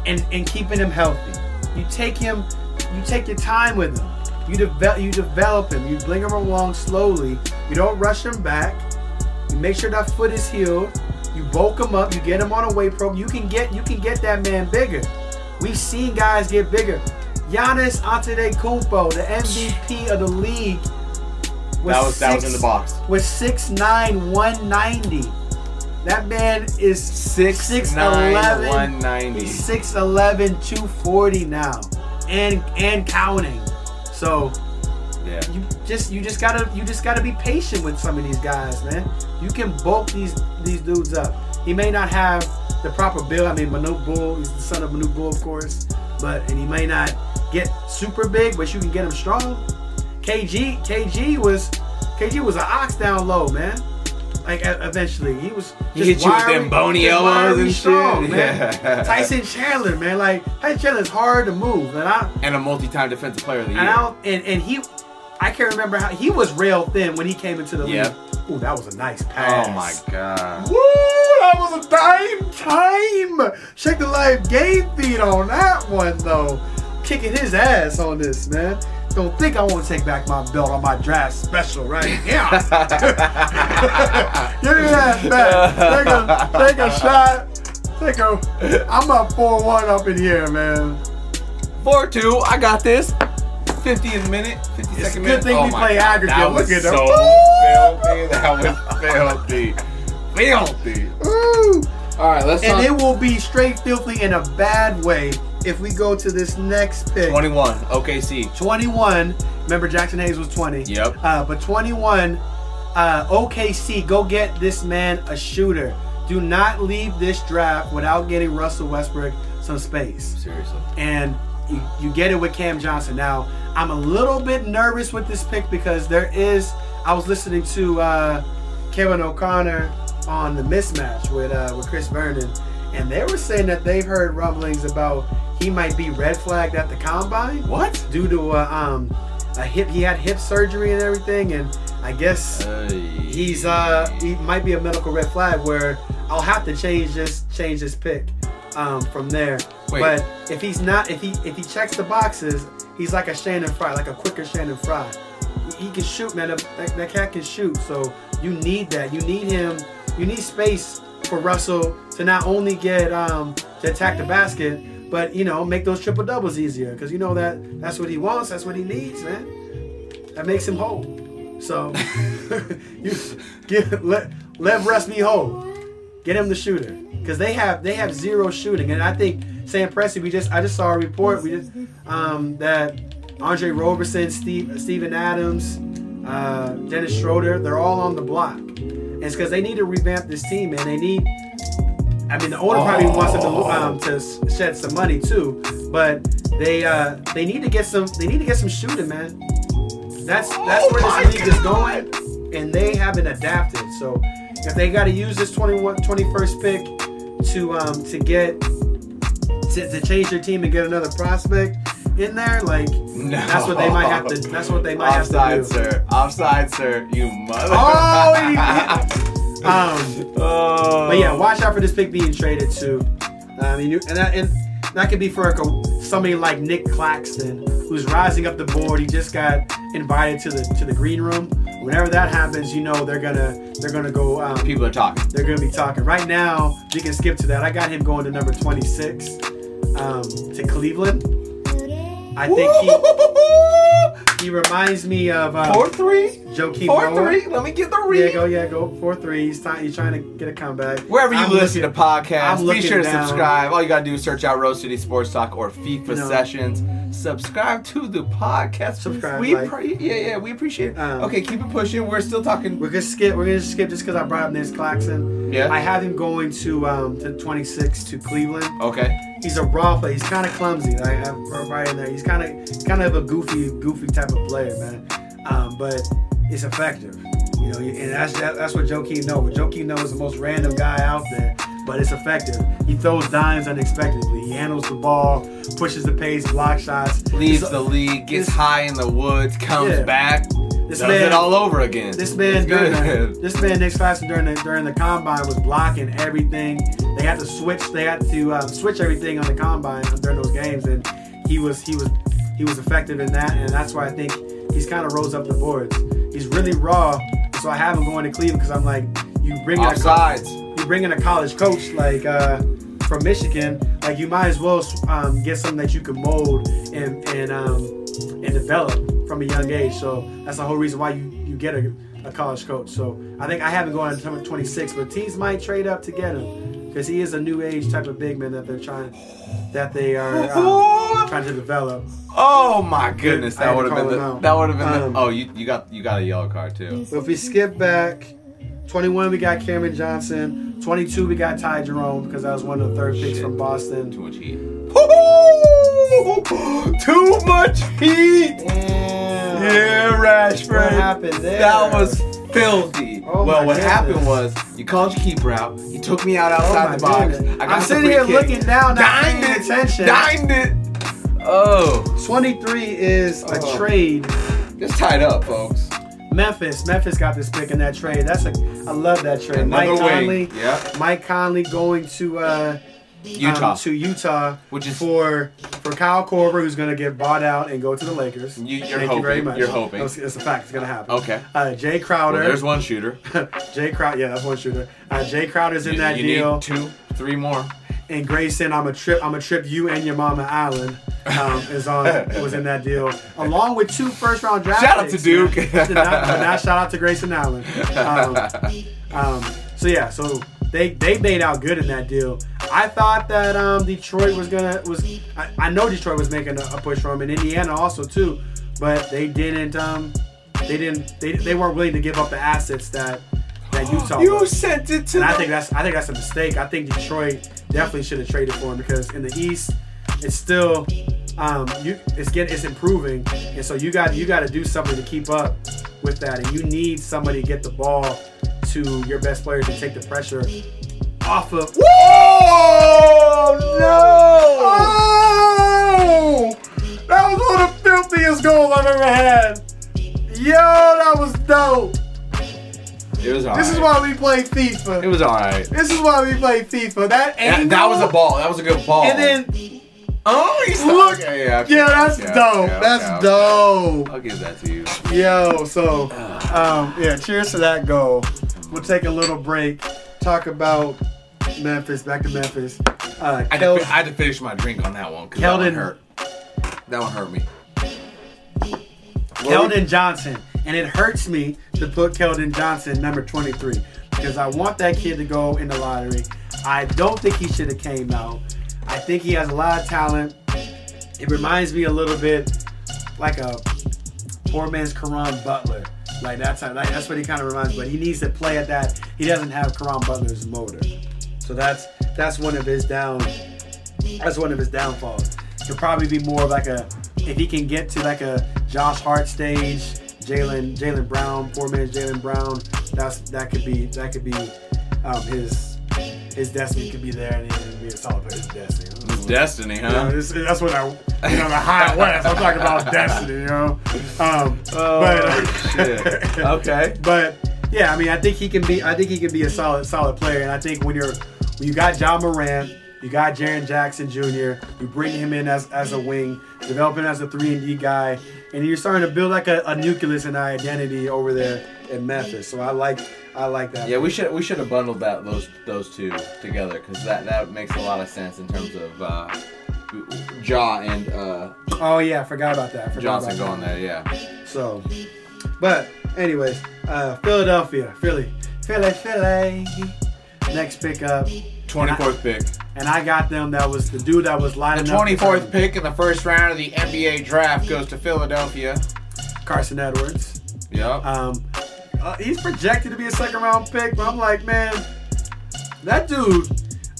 Speaker 2: and and keeping him healthy. You take him, you take your time with him. You develop, you develop him. You bring him along slowly. You don't rush him back. You make sure that foot is healed. You bulk him up. You get him on a weight program. You can get you can get that man bigger. We've seen guys get bigger. Giannis Antetokounmpo, the MVP of the league, was
Speaker 3: that was that was in the
Speaker 2: six-
Speaker 3: box.
Speaker 2: Was six nine one ninety. That man is
Speaker 3: Six
Speaker 2: six
Speaker 3: nine,
Speaker 2: eleven.
Speaker 3: 190.
Speaker 2: He's 6'11", 240 now, and and counting. So
Speaker 3: Yeah.
Speaker 2: you just you just gotta you just gotta be patient with some of these guys, man. You can bulk these these dudes up. He may not have the proper build. I mean, Manute Bull, he's the son of Manute Bull, of course, but and he may not get super big, but you can get him strong. KG KG was KG was an ox down low, man. Like e- eventually, he was
Speaker 3: He hit you with them bony
Speaker 2: just
Speaker 3: elbows
Speaker 2: wiry
Speaker 3: and shit.
Speaker 2: strong, man.
Speaker 3: Yeah.
Speaker 2: Tyson Chandler, man, like Tyson Chandler's hard to move, and I
Speaker 3: and a multi-time defensive player of the year.
Speaker 2: and I don't, and, and he, I can't remember how he was rail thin when he came into the
Speaker 3: Yep.
Speaker 2: league. Ooh, that was a nice pass.
Speaker 3: Oh my god.
Speaker 2: Woo! That was a dime time. Check the live game feed on that one though. Kicking his ass on this man. Don't think I won't take back my belt on my draft special right here. Give me that back. Take a, take a shot. Take a. I'm up four one up in here, man.
Speaker 3: 4 2, I got this. 50th minute, 52nd
Speaker 2: It's a good
Speaker 3: minute. Oh
Speaker 2: thing we
Speaker 3: my
Speaker 2: play
Speaker 3: God,
Speaker 2: aggregate.
Speaker 3: That
Speaker 2: Look
Speaker 3: was
Speaker 2: at
Speaker 3: so
Speaker 2: that.
Speaker 3: filthy. That was filthy. Filthy.
Speaker 2: Ooh.
Speaker 4: All right, let's
Speaker 2: And
Speaker 4: talk.
Speaker 2: it will be straight filthy in a bad way if we go to this next pick.
Speaker 3: 21, OKC.
Speaker 2: 21. Remember, Jackson Hayes was 20.
Speaker 3: Yep.
Speaker 2: Uh, but 21, uh, OKC, go get this man a shooter. Do not leave this draft without getting Russell Westbrook some space
Speaker 3: Seriously.
Speaker 2: and you, you get it with Cam Johnson. Now, I'm a little bit nervous with this pick because there is. I was listening to uh, Kevin O'Connor on the mismatch with uh, with Chris Vernon, and they were saying that they've heard rumblings about he might be red flagged at the combine
Speaker 3: What?
Speaker 2: due to uh, um, a hip. He had hip surgery and everything, and I guess he's uh he might be a medical red flag where I'll have to change this change this pick um, from there.
Speaker 4: Wait.
Speaker 2: But if he's not, if he if he checks the boxes, he's like a Shannon Fry, like a quicker Shannon Fry. He can shoot, man. That, that- that cat can shoot. So you need that. You need him. You need space for Russell to not only get um, to attack the basket, but you know make those triple doubles easier because you know that that's what he wants. That's what he needs, man. That makes him whole. So you give, let let Russ be whole. Get him the shooter because they have they have zero shooting, and I think Sam Presti. We just I just saw a report we just um, that Andre Roberson, Steve Steven Adams, uh, Dennis Schroeder, they're all on the block. And it's because they need to revamp this team, and they need. I mean, the owner probably wants them to, um, to s- shed some money too, but they uh, they need to get some they need to get some shooting, man. That's that's where this league is going, and they haven't adapted. So if they got to use this 21, 21st pick to um, to get to, to change their team and get another prospect in there, like that's what they might have to. That's what they might have to do.
Speaker 3: Offside, sir. Offside, sir. You mother.
Speaker 2: Oh, he- he- um,
Speaker 3: Oh.
Speaker 2: but yeah, watch out for this pick being traded to. I mean, you, and that and that could be for like a, somebody like Nick Claxton, who's rising up the board. He just got invited to the to the green room. Whenever that happens, you know they're gonna they're gonna go. Um,
Speaker 3: People are talking.
Speaker 2: they're gonna be talking. Right now, you can skip to that. I got him going to number 26 um, to Cleveland. I think he he reminds me of uh,
Speaker 3: Four three.
Speaker 2: Joakim
Speaker 3: Four
Speaker 2: Noah.
Speaker 3: three. Let me get the
Speaker 2: Yeah,
Speaker 3: read.
Speaker 2: go, yeah, go. Four three. He's trying, he's trying to get a comeback.
Speaker 3: Wherever you
Speaker 2: I'm
Speaker 3: listen
Speaker 2: looking-
Speaker 3: to podcasts,
Speaker 2: I'm
Speaker 3: be sure to
Speaker 2: looking down.
Speaker 3: subscribe. All you gotta do is search out Rose City Sports Talk or FIFA
Speaker 2: No.
Speaker 3: Sessions. Subscribe to the podcast.
Speaker 2: Subscribe,
Speaker 3: We
Speaker 2: like-
Speaker 3: pre- yeah, yeah, we appreciate it.
Speaker 2: Um,
Speaker 3: okay, keep it pushing. We're still talking.
Speaker 2: We're gonna skip. We're gonna skip just because I brought up Nick Claxton.
Speaker 3: Yeah.
Speaker 2: I have him going to um, to 26 to Cleveland.
Speaker 3: Okay.
Speaker 2: He's a raw player. He's kind of clumsy. I have right in there. He's kind of kind of a goofy, goofy type of player, man. Um, but it's effective. You know, and that's that, that's what Joakim Noah. Joakim Noah is the most random guy out there, but it's effective. He throws dimes unexpectedly. He handles the ball, pushes the pace, block shots.
Speaker 3: Leaves
Speaker 2: It's-
Speaker 3: the league, gets
Speaker 2: this-
Speaker 3: high in the woods, comes
Speaker 2: Yeah.
Speaker 3: back,
Speaker 2: This
Speaker 3: does
Speaker 2: man-
Speaker 3: it all over again.
Speaker 2: This man, uh,
Speaker 3: It's
Speaker 2: during the,
Speaker 3: good.
Speaker 2: this man Nick Claxton during the during the combine was blocking everything. They had to switch. They had to um, switch everything on the combine during those games, and he was he was he was effective in that, and that's why I think he's kind of rose up the boards. He's really raw, so I have him going to Cleveland because I'm like, you bring in a co-
Speaker 3: Offsides.
Speaker 2: you bring in a college coach like uh, from Michigan, like you might as well um, get something that you can mold and and um, and develop from a young age. So that's the whole reason why you, you get a, a college coach. So I think I haven't gone to number 26, but teams might trade up to get him because he is a new age type of big man that they're trying that they are um, trying to develop.
Speaker 3: Oh my goodness,
Speaker 2: I had
Speaker 3: that
Speaker 2: to
Speaker 3: would have been
Speaker 2: call
Speaker 3: the,
Speaker 2: him out.
Speaker 3: that would have been
Speaker 2: Um,
Speaker 3: the, oh you you got you got a yellow card too.
Speaker 2: So if we skip back, 21 we got Cameron Johnson, 22 we got Ty Jerome because that was one of the third picks
Speaker 3: Shit.
Speaker 2: from Boston.
Speaker 3: Too much heat. Too much heat. Yeah, Rashford.
Speaker 2: What happened there?
Speaker 3: That was filthy.
Speaker 2: Oh
Speaker 3: well,
Speaker 2: my
Speaker 3: what
Speaker 2: goodness. Oh
Speaker 3: happened was you called your keeper out. You took me out outside
Speaker 2: my
Speaker 3: the box.
Speaker 2: goodness.
Speaker 3: I got
Speaker 2: I'm
Speaker 3: the
Speaker 2: sitting
Speaker 3: free
Speaker 2: here
Speaker 3: kick.
Speaker 2: looking down, not
Speaker 3: Dined
Speaker 2: paying
Speaker 3: it.
Speaker 2: attention.
Speaker 3: Dined it. Oh,
Speaker 2: 23 is a
Speaker 3: Oh.
Speaker 2: trade.
Speaker 3: it's tied up, folks.
Speaker 2: Um, Memphis, Memphis got this pick in that trade. That's a, I love that trade.
Speaker 3: Another
Speaker 2: Mike
Speaker 3: wing.
Speaker 2: Conley,
Speaker 3: Yeah,
Speaker 2: Mike Conley going to uh, um,
Speaker 3: Utah.
Speaker 2: to Utah,
Speaker 3: Which is-
Speaker 2: for for Kyle Korver, who's going to get bought out and go to the Lakers.
Speaker 3: You- you're
Speaker 2: Thank you very
Speaker 3: hoping.
Speaker 2: much.
Speaker 3: You're hoping.
Speaker 2: It's, it's a fact. It's going to happen.
Speaker 3: Okay.
Speaker 2: Uh, Jay Crowder.
Speaker 3: Well, there's one shooter.
Speaker 2: Jay Crowder. Yeah, that's one shooter. Uh, Jay Crowder's in
Speaker 3: You-
Speaker 2: that
Speaker 3: you
Speaker 2: deal.
Speaker 3: need two, three more.
Speaker 2: and Grayson, I'm a trip. I'm a trip. You and your mama Island um, is on was in that deal, along with two first round draft.
Speaker 3: Shout out
Speaker 2: picks,
Speaker 3: to Duke.
Speaker 2: man. To not, but not shout out to Grayson Island. Um, um, so yeah, so they they made out good in that deal. I thought that um, Detroit was gonna was. I, I know Detroit was making a, a push for him, and Indiana also too, but they didn't. Um, they didn't. They, they weren't willing to give up the assets that that Utah.
Speaker 3: You
Speaker 2: was.
Speaker 3: sent it to.
Speaker 2: And I
Speaker 3: the-
Speaker 2: think that's I think that's a mistake. I think Detroit definitely should have traded for him because in the East, it's still um, you it's getting it's improving, and so you got you got to do something to keep up with that, and you need somebody to get the ball to your best player to take the pressure off of.
Speaker 3: Whoa! No!
Speaker 2: Oh! That was one of the filthiest goals I've ever had. Yo, that was dope.
Speaker 3: It was all
Speaker 2: This is
Speaker 3: right.
Speaker 2: why we play
Speaker 3: It
Speaker 2: FIFA.
Speaker 3: was all right.
Speaker 2: This is why we play FIFA. That
Speaker 3: That,
Speaker 2: angle.
Speaker 3: that was a ball. That was a good ball.
Speaker 2: And then
Speaker 3: oh, he's
Speaker 2: Look.
Speaker 3: Okay, yeah, okay,
Speaker 2: yeah, that's
Speaker 3: okay,
Speaker 2: dope.
Speaker 3: okay,
Speaker 2: that's
Speaker 3: okay, okay.
Speaker 2: dope.
Speaker 3: I'll give that to you.
Speaker 2: Yo, so um, yeah, cheers to that goal. We'll take a little break. Talk about Memphis. Back to Memphis. Uh,
Speaker 3: I had,
Speaker 2: Kel-
Speaker 3: to, fi- I had to finish my drink on that one because that
Speaker 2: Keldon-
Speaker 3: one hurt. That one hurt me.
Speaker 2: Keldon Johnson. And it hurts me to put Keldon Johnson number 23 because I want that kid to go in the lottery. I don't think he should have came out. I think he has a lot of talent. It reminds me a little bit like a poor man's Karan Butler. Like that's how, like, that's what he kind of reminds. But he needs to play at that. He doesn't have Karan Butler's motor, so that's that's one of his down that's one of his downfalls. Could probably be more of like a if he can get to like a Josh Hart stage, Jalen Jalen Brown, poor man's Jalen Brown. That's that could be that could be um, his his destiny could be there and he could be a solid player's destiny.
Speaker 3: It's destiny,
Speaker 2: You know,
Speaker 3: huh?
Speaker 2: this- that's what I you know the high west. I'm talking about destiny, you know. Um, but,
Speaker 3: Oh, shit. Okay.
Speaker 2: but yeah, I mean, I think he can be. I think he can be a solid, solid player. And I think when you're, when you got John Moran, you got Jaron Jackson Jr., you bring him in as as a wing, develop him as a three and D guy, and you're starting to build like a, a nucleus and an identity over there in Memphis. So I like, I like that.
Speaker 3: Yeah, we should we should have bundled that those those two together because that that makes a lot of sense in terms of uh, Jaw and uh,
Speaker 2: Oh yeah, I forgot about that. I Forgot
Speaker 3: Johnson
Speaker 2: about
Speaker 3: going there. Yeah.
Speaker 2: That. So, but anyways, uh, Philadelphia, Philly, Philly, Philly. Next pickup.
Speaker 3: 24th pick.
Speaker 2: And I got them. That was the dude that was
Speaker 4: The
Speaker 2: lining up.
Speaker 4: 24th pick in the first round of the NBA draft goes to Philadelphia.
Speaker 2: Carson Edwards.
Speaker 3: Yep.
Speaker 2: Um, uh, he's projected to be a second round pick, but I'm like, man, that dude.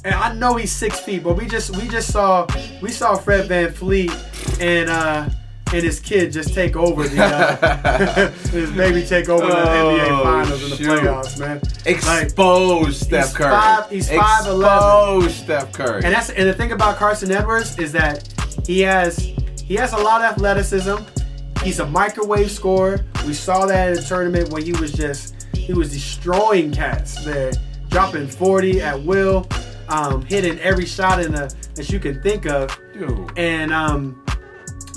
Speaker 2: And I know he's six feet, but we just we just saw we saw Fred Van Fleet and uh, and his kid just take over the uh, his baby take over the NBA
Speaker 3: Oh,
Speaker 2: finals and the
Speaker 3: shoot.
Speaker 2: playoffs, man. Like,
Speaker 3: Expose Steph Curry.
Speaker 2: five- he's 5'11.
Speaker 3: Expose Steph Curry.
Speaker 2: And that's and the thing about Carson Edwards is that he has he has a lot of athleticism. He's a microwave scorer. We saw that in the tournament when he was just he was destroying cats there, dropping 40 at will, um, hitting every shot in the that you can think of.
Speaker 3: Dude.
Speaker 2: And um,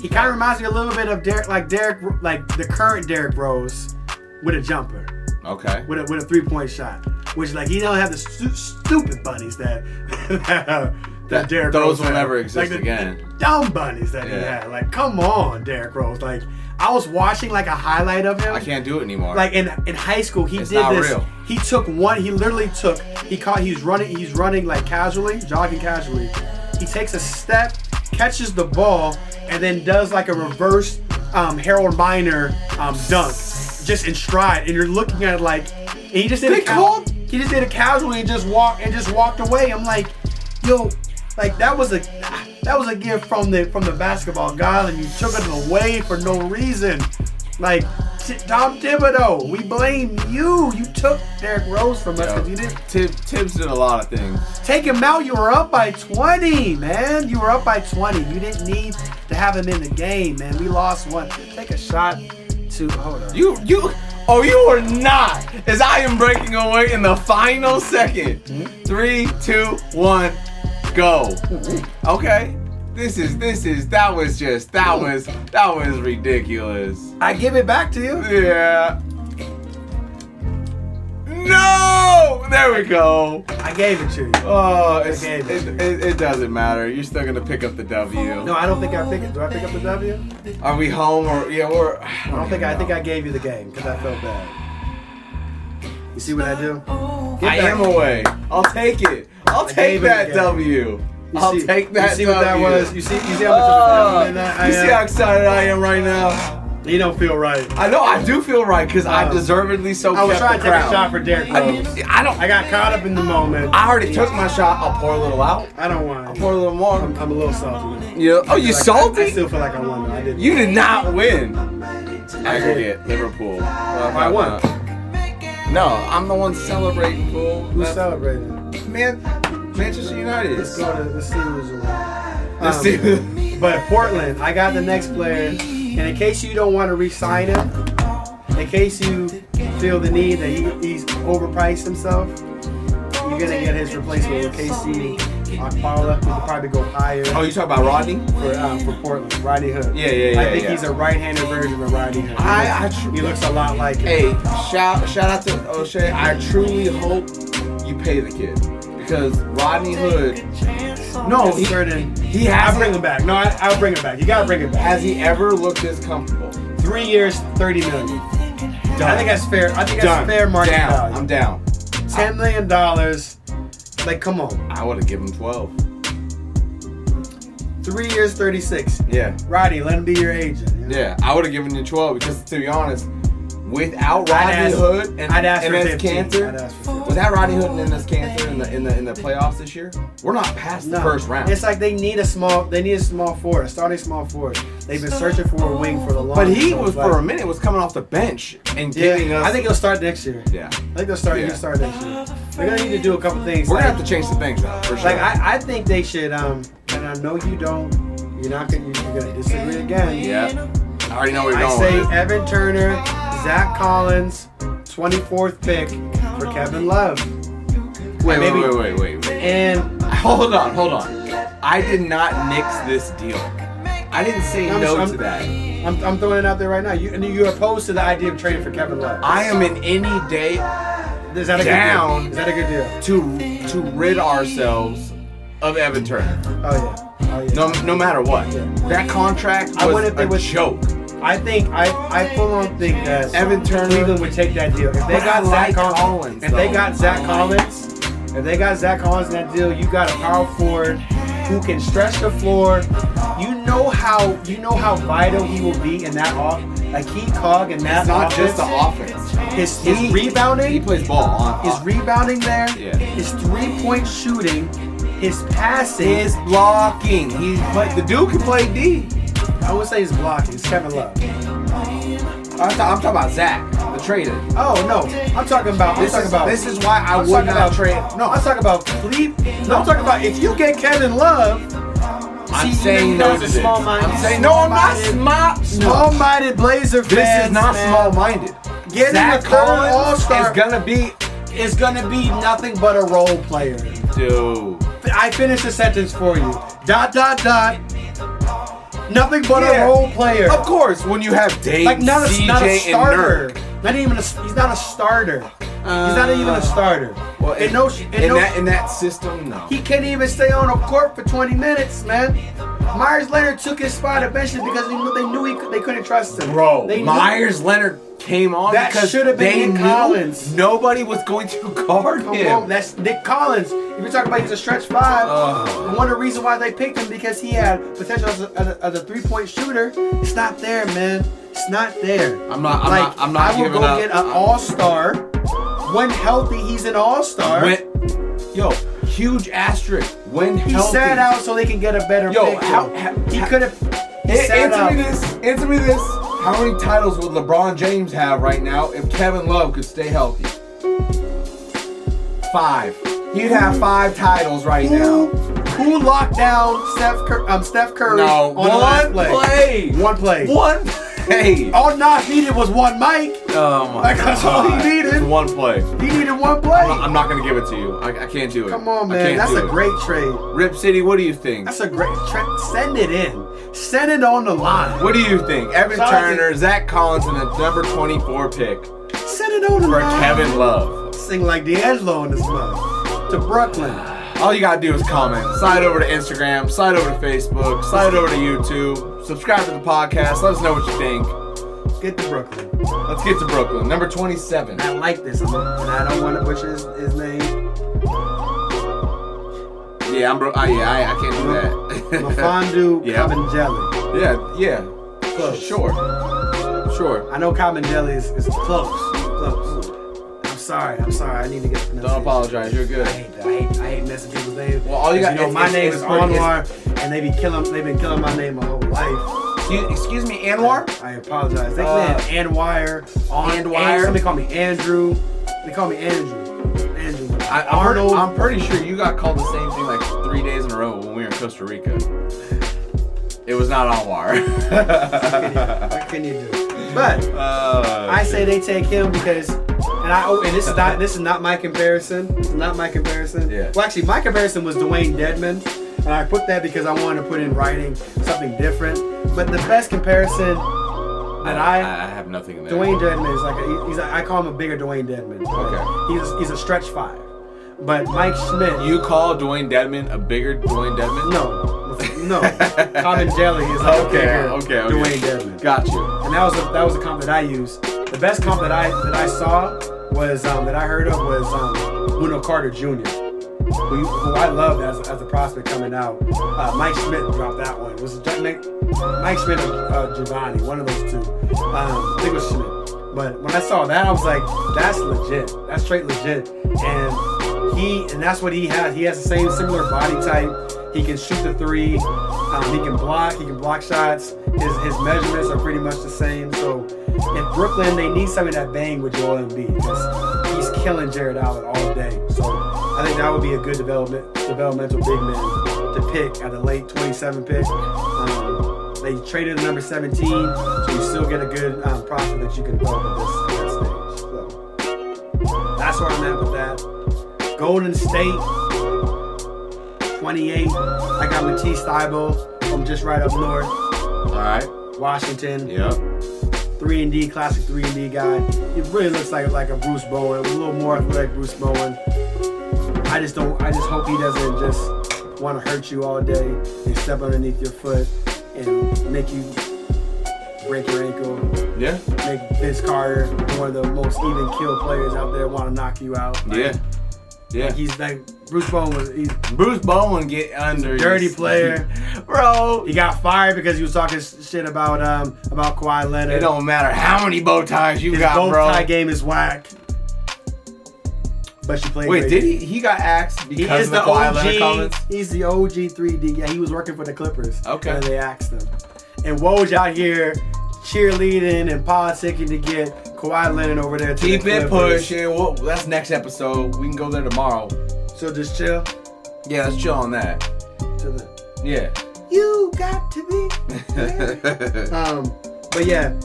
Speaker 2: he kind of reminds me a little bit of Derek, like Derek, like the current Derek Rose with a jumper
Speaker 3: Okay.
Speaker 2: with a, with a three point shot, which like he don't have the stu- stupid bunnies that that, uh,
Speaker 3: That-
Speaker 2: Derrick
Speaker 3: those
Speaker 2: Rose
Speaker 3: will
Speaker 2: had.
Speaker 3: never exist
Speaker 2: the-
Speaker 3: again.
Speaker 2: The dumb bunnies that he
Speaker 3: Yeah.
Speaker 2: had. Like, come on, Derrick Rose. Like, I was watching like a highlight of him.
Speaker 3: I can't do it anymore.
Speaker 2: Like in in high school, he
Speaker 3: It's
Speaker 2: did
Speaker 3: not
Speaker 2: this.
Speaker 3: real.
Speaker 2: He took one. He literally took. He caught. He's running. He's running like casually, jogging casually. He takes a step, catches the ball, and then does like a reverse um, Harold Miner um, dunk, just in stride. And you're looking at it like, and he just did
Speaker 3: They
Speaker 2: it. ca-
Speaker 3: called-
Speaker 2: He just did it casually and just walked and just walked away. I'm like, yo, like that was a. That was a gift from the from the basketball god, and you took it away for no reason. Like T- Tom Thibodeau, we blame you. You took Derrick Rose from us
Speaker 3: Yeah.
Speaker 2: because you didn't
Speaker 3: Tib, Tibbs did a lot of things.
Speaker 2: take him out. You were up by 20, man. You were up by 20. You didn't need to have him in the game, man. We lost one. Take a shot to hold on.
Speaker 3: You you oh you are not as I am breaking away in the final 2nd Three, two, one, go. Okay. This is this is that was just that was that was ridiculous.
Speaker 2: I give it back to you.
Speaker 3: Yeah. No! There we go.
Speaker 2: I gave it to you.
Speaker 3: Oh, it's,
Speaker 2: Okay.
Speaker 3: it, it, it doesn't matter. You're still gonna pick up the W.
Speaker 2: No, I don't think I picked it. Do I pick up the W?
Speaker 3: Are we home or yeah? We're.
Speaker 2: I don't think I, I think I gave you the game because I felt bad. You see what I do?
Speaker 3: I
Speaker 2: back.
Speaker 3: am away. I'll take it. I'll take
Speaker 2: gave him
Speaker 3: that
Speaker 2: the
Speaker 3: W.
Speaker 2: You
Speaker 3: I'll
Speaker 2: see-
Speaker 3: take that
Speaker 2: You see
Speaker 3: W.
Speaker 2: what that was? You see? You see how much
Speaker 3: Oh,
Speaker 2: of a W that I
Speaker 3: you see how
Speaker 2: am?
Speaker 3: excited I am right now?
Speaker 2: You don't feel right.
Speaker 3: I know I do feel right because I
Speaker 2: Oh.
Speaker 3: deservedly so
Speaker 2: I was
Speaker 3: kept
Speaker 2: trying to
Speaker 3: the
Speaker 2: take a
Speaker 3: crown.
Speaker 2: shot for Derrick Rose.
Speaker 3: I don't.
Speaker 2: I got caught up in the moment.
Speaker 3: I already took my shot. I'll pour a little out.
Speaker 2: I don't want.
Speaker 3: Pour a
Speaker 2: I'm,
Speaker 3: little more.
Speaker 2: I'm a little salty. Now.
Speaker 3: Yeah. Oh, you
Speaker 2: Like, I- I,
Speaker 3: salty?
Speaker 2: still feel like I won. though. I did.
Speaker 3: You did not win. Aggregate Liverpool. Uh,
Speaker 2: I won.
Speaker 3: No, I'm the one celebrating, fool.
Speaker 2: Who
Speaker 3: That's-
Speaker 2: celebrated?
Speaker 3: Man, Manchester United.
Speaker 2: Let's go to the Steelers. award.
Speaker 3: Let's
Speaker 2: Um,
Speaker 3: see.
Speaker 2: But Portland, I got the next player. And in case you don't want to re-sign him, in case you feel the need that he, he's overpriced himself, you're gonna get his replacement with KC Akpala, who could probably go higher
Speaker 3: Oh, you talking about Rodney?
Speaker 2: for um, for Portland. Rodney Hood.
Speaker 3: Yeah, yeah, yeah,
Speaker 2: I think
Speaker 3: yeah.
Speaker 2: he's a right-handed version of Rodney Hood.
Speaker 3: I- I tr-
Speaker 2: he looks a lot like him.
Speaker 3: Hey, shout shout out to O'Shea. I truly hope you pay the kid because Rodney Hood
Speaker 2: No,
Speaker 3: he-
Speaker 2: he, certain.
Speaker 3: he
Speaker 2: I
Speaker 3: has
Speaker 2: bring him back. No, I, I'll bring him back. You gotta bring him back.
Speaker 3: Has he ever looked this comfortable?
Speaker 2: Three years, thirty million. I think that's fair. I think
Speaker 3: Done.
Speaker 2: that's fair market
Speaker 3: down.
Speaker 2: value.
Speaker 3: I'm down.
Speaker 2: Ten million dollars. Like, come on.
Speaker 3: I would have given him 12.
Speaker 2: Three years, thirty-six.
Speaker 3: Yeah.
Speaker 2: Roddy, let him be your agent. you know?
Speaker 3: Yeah, I would have given him 12 because to be honest, without
Speaker 2: I'd
Speaker 3: Rodney
Speaker 2: ask-
Speaker 3: Hood and
Speaker 2: I'd ask for
Speaker 3: MS
Speaker 2: 15. I'd
Speaker 3: Cantor,
Speaker 2: ask for 15.
Speaker 3: without Rodney Hood and MS Cantor in the in the in the playoffs this year, we're not past the
Speaker 2: No.
Speaker 3: first round.
Speaker 2: It's like they need a small. They need a small forward, a starting small forward. They've been searching for a wing for the long.
Speaker 3: but he
Speaker 2: so
Speaker 3: was
Speaker 2: it's like-
Speaker 3: for a minute was coming off the bench and giving
Speaker 2: Yeah,
Speaker 3: us.
Speaker 2: I think he'll start next year.
Speaker 3: yeah,
Speaker 2: I think they'll start.
Speaker 3: Yeah.
Speaker 2: He'll start next year. They're gonna need to do a couple things.
Speaker 3: we're gonna
Speaker 2: like-
Speaker 3: have to change some things now for sure.
Speaker 2: Like I, I think they should. Um, and I know you don't. You're not gonna. You're gonna disagree again.
Speaker 3: yeah, I already know where you're
Speaker 2: I
Speaker 3: going.
Speaker 2: say Evan Turner, Zach Collins, 24th pick for Kevin Love,
Speaker 3: wait,
Speaker 2: maybe-
Speaker 3: wait, wait, wait, wait, wait.
Speaker 2: and
Speaker 3: Hold on, hold on. I did not nix this deal. I didn't say
Speaker 2: I'm-
Speaker 3: no
Speaker 2: I'm-
Speaker 3: to that.
Speaker 2: I'm, I'm throwing it out there right now. You and you're opposed to the idea of trading for Kevin Love.
Speaker 3: I am in any day
Speaker 2: Is that a
Speaker 3: down.
Speaker 2: good deal? Is that a good deal?
Speaker 3: to to rid ourselves of Evan Turner,
Speaker 2: Oh yeah. Oh yeah.
Speaker 3: no, no matter what. That contract was
Speaker 2: I wonder if they
Speaker 3: a
Speaker 2: would-
Speaker 3: joke.
Speaker 2: I think I I full on think that
Speaker 3: Evan Turner-
Speaker 2: Cleveland would take that deal if they
Speaker 3: But I
Speaker 2: got Zach
Speaker 3: like
Speaker 2: Collins.
Speaker 3: Collins,
Speaker 2: if they
Speaker 3: though.
Speaker 2: got Zach Collins, if they got Zach Collins in that deal, you got a power forward who can stretch the floor. You know how you know how vital he will be in that off a key cog in that
Speaker 3: It's not
Speaker 2: offense.
Speaker 3: just the offense.
Speaker 2: His, his
Speaker 3: He- He
Speaker 2: rebounding,
Speaker 3: plays ball on
Speaker 2: his rebounding there,
Speaker 3: Yeah.
Speaker 2: his three point shooting, his passing.
Speaker 3: His blocking. He play, the dude can play D.
Speaker 2: I would say his blocking. It's Kevin Love.
Speaker 3: I'm, ta- I'm talking about Zach, the trader.
Speaker 2: Oh no, I'm talking about. I'm
Speaker 3: This
Speaker 2: talking
Speaker 3: is,
Speaker 2: about.
Speaker 3: this is why I
Speaker 2: I'm
Speaker 3: would
Speaker 2: talking
Speaker 3: not
Speaker 2: about
Speaker 3: trade.
Speaker 2: No, I'm talking about Cleveland. No, I'm talking about if you get Kevin Love,
Speaker 3: I'm
Speaker 2: See,
Speaker 3: saying
Speaker 2: you know
Speaker 3: no
Speaker 2: it's
Speaker 3: to
Speaker 2: a
Speaker 3: this.
Speaker 2: E small-minded-
Speaker 3: I'm saying no. I'm not smart. small.
Speaker 2: small-minded Blazer fans.
Speaker 3: This is not
Speaker 2: man,
Speaker 3: small-minded.
Speaker 2: Getting
Speaker 3: Zach
Speaker 2: a third
Speaker 3: Collins
Speaker 2: All-Star-
Speaker 3: is gonna be
Speaker 2: It's gonna be nothing but a role player.
Speaker 3: dude.
Speaker 2: I finished the sentence for you. Dot dot dot. Nothing but
Speaker 3: Yeah.
Speaker 2: a role player.
Speaker 3: Of course, when you have Dave,
Speaker 2: Like not a,
Speaker 3: CJ,
Speaker 2: not a
Speaker 3: and
Speaker 2: starter.
Speaker 3: Nurk. Uh,
Speaker 2: Not even a, he's not a starter. he's not even a starter.
Speaker 3: Well,
Speaker 2: and
Speaker 3: in,
Speaker 2: no,
Speaker 3: in,
Speaker 2: and no,
Speaker 3: that in that system, no.
Speaker 2: He can't even stay on a court for 20 minutes, man. Myers Leonard took his spot eventually because they knew, they, knew he, could- they couldn't trust him.
Speaker 3: Bro,
Speaker 2: they knew-
Speaker 3: Myers Leonard came on
Speaker 2: That
Speaker 3: because
Speaker 2: should have been
Speaker 3: they
Speaker 2: Nick
Speaker 3: knew
Speaker 2: Collins.
Speaker 3: Nobody was going to guard
Speaker 2: Come
Speaker 3: him.
Speaker 2: on, that's Nick Collins. If you're talking about he's a stretch five,
Speaker 3: Ugh.
Speaker 2: one of the reasons why they picked him because he had potential as a, as a, as a three-point shooter. It's not there, man. It's not there.
Speaker 3: I'm not- I'm not- I'm not
Speaker 2: I will
Speaker 3: giving
Speaker 2: go
Speaker 3: up.
Speaker 2: get an All-Star. When healthy, he's an All-Star.
Speaker 3: When- yo, huge asterisk. When
Speaker 2: he
Speaker 3: healthy.
Speaker 2: sat out so they can get a better
Speaker 3: Yo,
Speaker 2: pick.
Speaker 3: how-
Speaker 2: though.
Speaker 3: how-
Speaker 2: he
Speaker 3: how-
Speaker 2: could have.
Speaker 3: A- answer me this. Answer me this. How many titles would LeBron James have right now if Kevin Love could stay healthy? Five. He'd have five titles right
Speaker 2: Who,
Speaker 3: now.
Speaker 2: who locked down Steph, Cur- um, Steph Curry
Speaker 3: No,
Speaker 2: on the last
Speaker 3: one play. Oh,
Speaker 2: One play.
Speaker 3: One play.
Speaker 2: All Nas needed was one mic.
Speaker 3: Oh my
Speaker 2: Like, that's all he
Speaker 3: God.
Speaker 2: needed.
Speaker 3: It's One play. I'm
Speaker 2: He needed one play.
Speaker 3: not, I'm not gonna give it to you. I, I can't do it.
Speaker 2: Come on,
Speaker 3: I
Speaker 2: man.
Speaker 3: can't
Speaker 2: That's
Speaker 3: do
Speaker 2: a
Speaker 3: it.
Speaker 2: great trade.
Speaker 3: Rip City. What do you think?
Speaker 2: That's a great trade. Send it in. Send it on the line.
Speaker 3: What do you think? Evan
Speaker 2: Sorry.
Speaker 3: Turner, Zach Collins, and the number 24 pick
Speaker 2: Send it on the
Speaker 3: for
Speaker 2: line.
Speaker 3: Kevin Love.
Speaker 2: Sing like D'Angelo in this month. To Brooklyn.
Speaker 3: All you gotta do is comment. Slide over to Instagram, slide over to Facebook, slide over to YouTube, subscribe to the podcast, let us know what you think.
Speaker 2: Get to Brooklyn.
Speaker 3: Let's get to Brooklyn. Number 27.
Speaker 2: I like this, and I don't want to butcher his, his name.
Speaker 3: Yeah, I'm bro- I, yeah, I, I can't do that.
Speaker 2: LaFondue
Speaker 3: Yeah.
Speaker 2: Comangelli.
Speaker 3: yeah, yeah.
Speaker 2: Close.
Speaker 3: Sure. Sure.
Speaker 2: I know common jelly is, is close. Close. I'm sorry. I'm sorry. I need to get the
Speaker 3: Don't
Speaker 2: pronunciation.
Speaker 3: apologize. You're good.
Speaker 2: I hate that. I hate, I hate messing people's names.
Speaker 3: Well, all you got-
Speaker 2: 'Cause know,
Speaker 3: it's-
Speaker 2: my
Speaker 3: it's-
Speaker 2: name
Speaker 3: it's
Speaker 2: is
Speaker 3: already- it's-
Speaker 2: Anwar, and they be killing. They've been killing my name my whole life.
Speaker 3: Excuse, excuse me, Anwar?
Speaker 2: I apologize. They
Speaker 3: Uh,
Speaker 2: call me Anwire. On
Speaker 3: Anwire?
Speaker 2: Somebody call me Andrew. They call me Andrew. Andrew.
Speaker 3: I, I'm, pretty, I'm pretty sure you got called the same thing like three days in a row when we were in Costa Rica. It was not on wire.
Speaker 2: What can you do? But
Speaker 3: Uh,
Speaker 2: I say they take him because and I oh, and this is not this is not my comparison. This is not my comparison.
Speaker 3: Yeah.
Speaker 2: Well, actually, my comparison was Dwayne Deadman, and I put that because I wanted to put in writing something different. But the best comparison that
Speaker 3: Oh, I,
Speaker 2: I
Speaker 3: I have nothing in there.
Speaker 2: Dwayne Deadman is like a, he's a, I call him a bigger Dwayne Deadman.
Speaker 3: Okay.
Speaker 2: He's he's a stretch five, but Mike Schmidt.
Speaker 3: You call Dwayne Deadman a bigger Dwayne Deadman?
Speaker 2: No, no. Common Jelly is like
Speaker 3: Okay,
Speaker 2: a
Speaker 3: okay,
Speaker 2: bigger
Speaker 3: okay.
Speaker 2: Dwayne Devlin.
Speaker 3: Got you.
Speaker 2: And that was a, that was a comp that I used. The best comp that I that I saw was um, that I heard of was um, Wendell Carter Jr. Who, you- who I loved as, as a prospect coming out. Uh, Mike Schmidt dropped that one. It was Ju- Mike, Mike Schmidt or uh, Giovanni, one of those two. Um, I think it was Schmidt. But when I saw that, I was like, that's legit. That's straight legit. And he and that's what he has. He has the same similar body type. He can shoot the three. Um, he can block. He can block shots. His his measurements are pretty much the same. So in Brooklyn, they need some of that bang with Joel Embiid. That's- He's killing Jared Allen all day. So I think that would be a good development developmental big man to pick at the late 27 pick. Um, they traded the number 17, so you still get a good um, profit that you can develop at this, at this stage. So that's where I'm at with that. Golden State. 28. I got Matisse Thibault from just right up north,
Speaker 3: All right.
Speaker 2: Washington.
Speaker 3: Yep.
Speaker 2: Three and D, classic three and D guy. He really looks like like a Bruce Bowen, a little more athletic Bruce Bowen. I just don't. I just hope he doesn't just want to hurt you all day and step underneath your foot and make you break your ankle.
Speaker 3: Yeah.
Speaker 2: Make Vince Carter one of the most even kill players out there want to knock you out. Like,
Speaker 3: Yeah. Yeah.
Speaker 2: He's like Bruce Bowen was. He's,
Speaker 3: Bruce Bowen get under.
Speaker 2: Dirty
Speaker 3: you.
Speaker 2: player.
Speaker 3: bro.
Speaker 2: he got fired because he was talking s- shit about um about Kawhi Leonard.
Speaker 3: It don't matter how many bow ties you
Speaker 2: His
Speaker 3: got,
Speaker 2: bow
Speaker 3: bro.
Speaker 2: tie game is whack. But she played.
Speaker 3: Wait,
Speaker 2: great.
Speaker 3: did he? He got axed
Speaker 2: He
Speaker 3: because
Speaker 2: is
Speaker 3: of
Speaker 2: the
Speaker 3: Kawhi Leonard
Speaker 2: OG.
Speaker 3: comments.
Speaker 2: He's the OG 3D. Yeah, he was working for the Clippers.
Speaker 3: Okay.
Speaker 2: And they axed him. And Woj out here cheerleading and politicking to get Kawhi Leonard over there. To
Speaker 3: Keep
Speaker 2: the
Speaker 3: it
Speaker 2: Clippers.
Speaker 3: pushing. Well, that's next episode. We can go there tomorrow.
Speaker 2: So just chill.
Speaker 3: Yeah, let's chill on that.
Speaker 2: To the,
Speaker 3: Yeah.
Speaker 2: you got to be. Um, but yeah,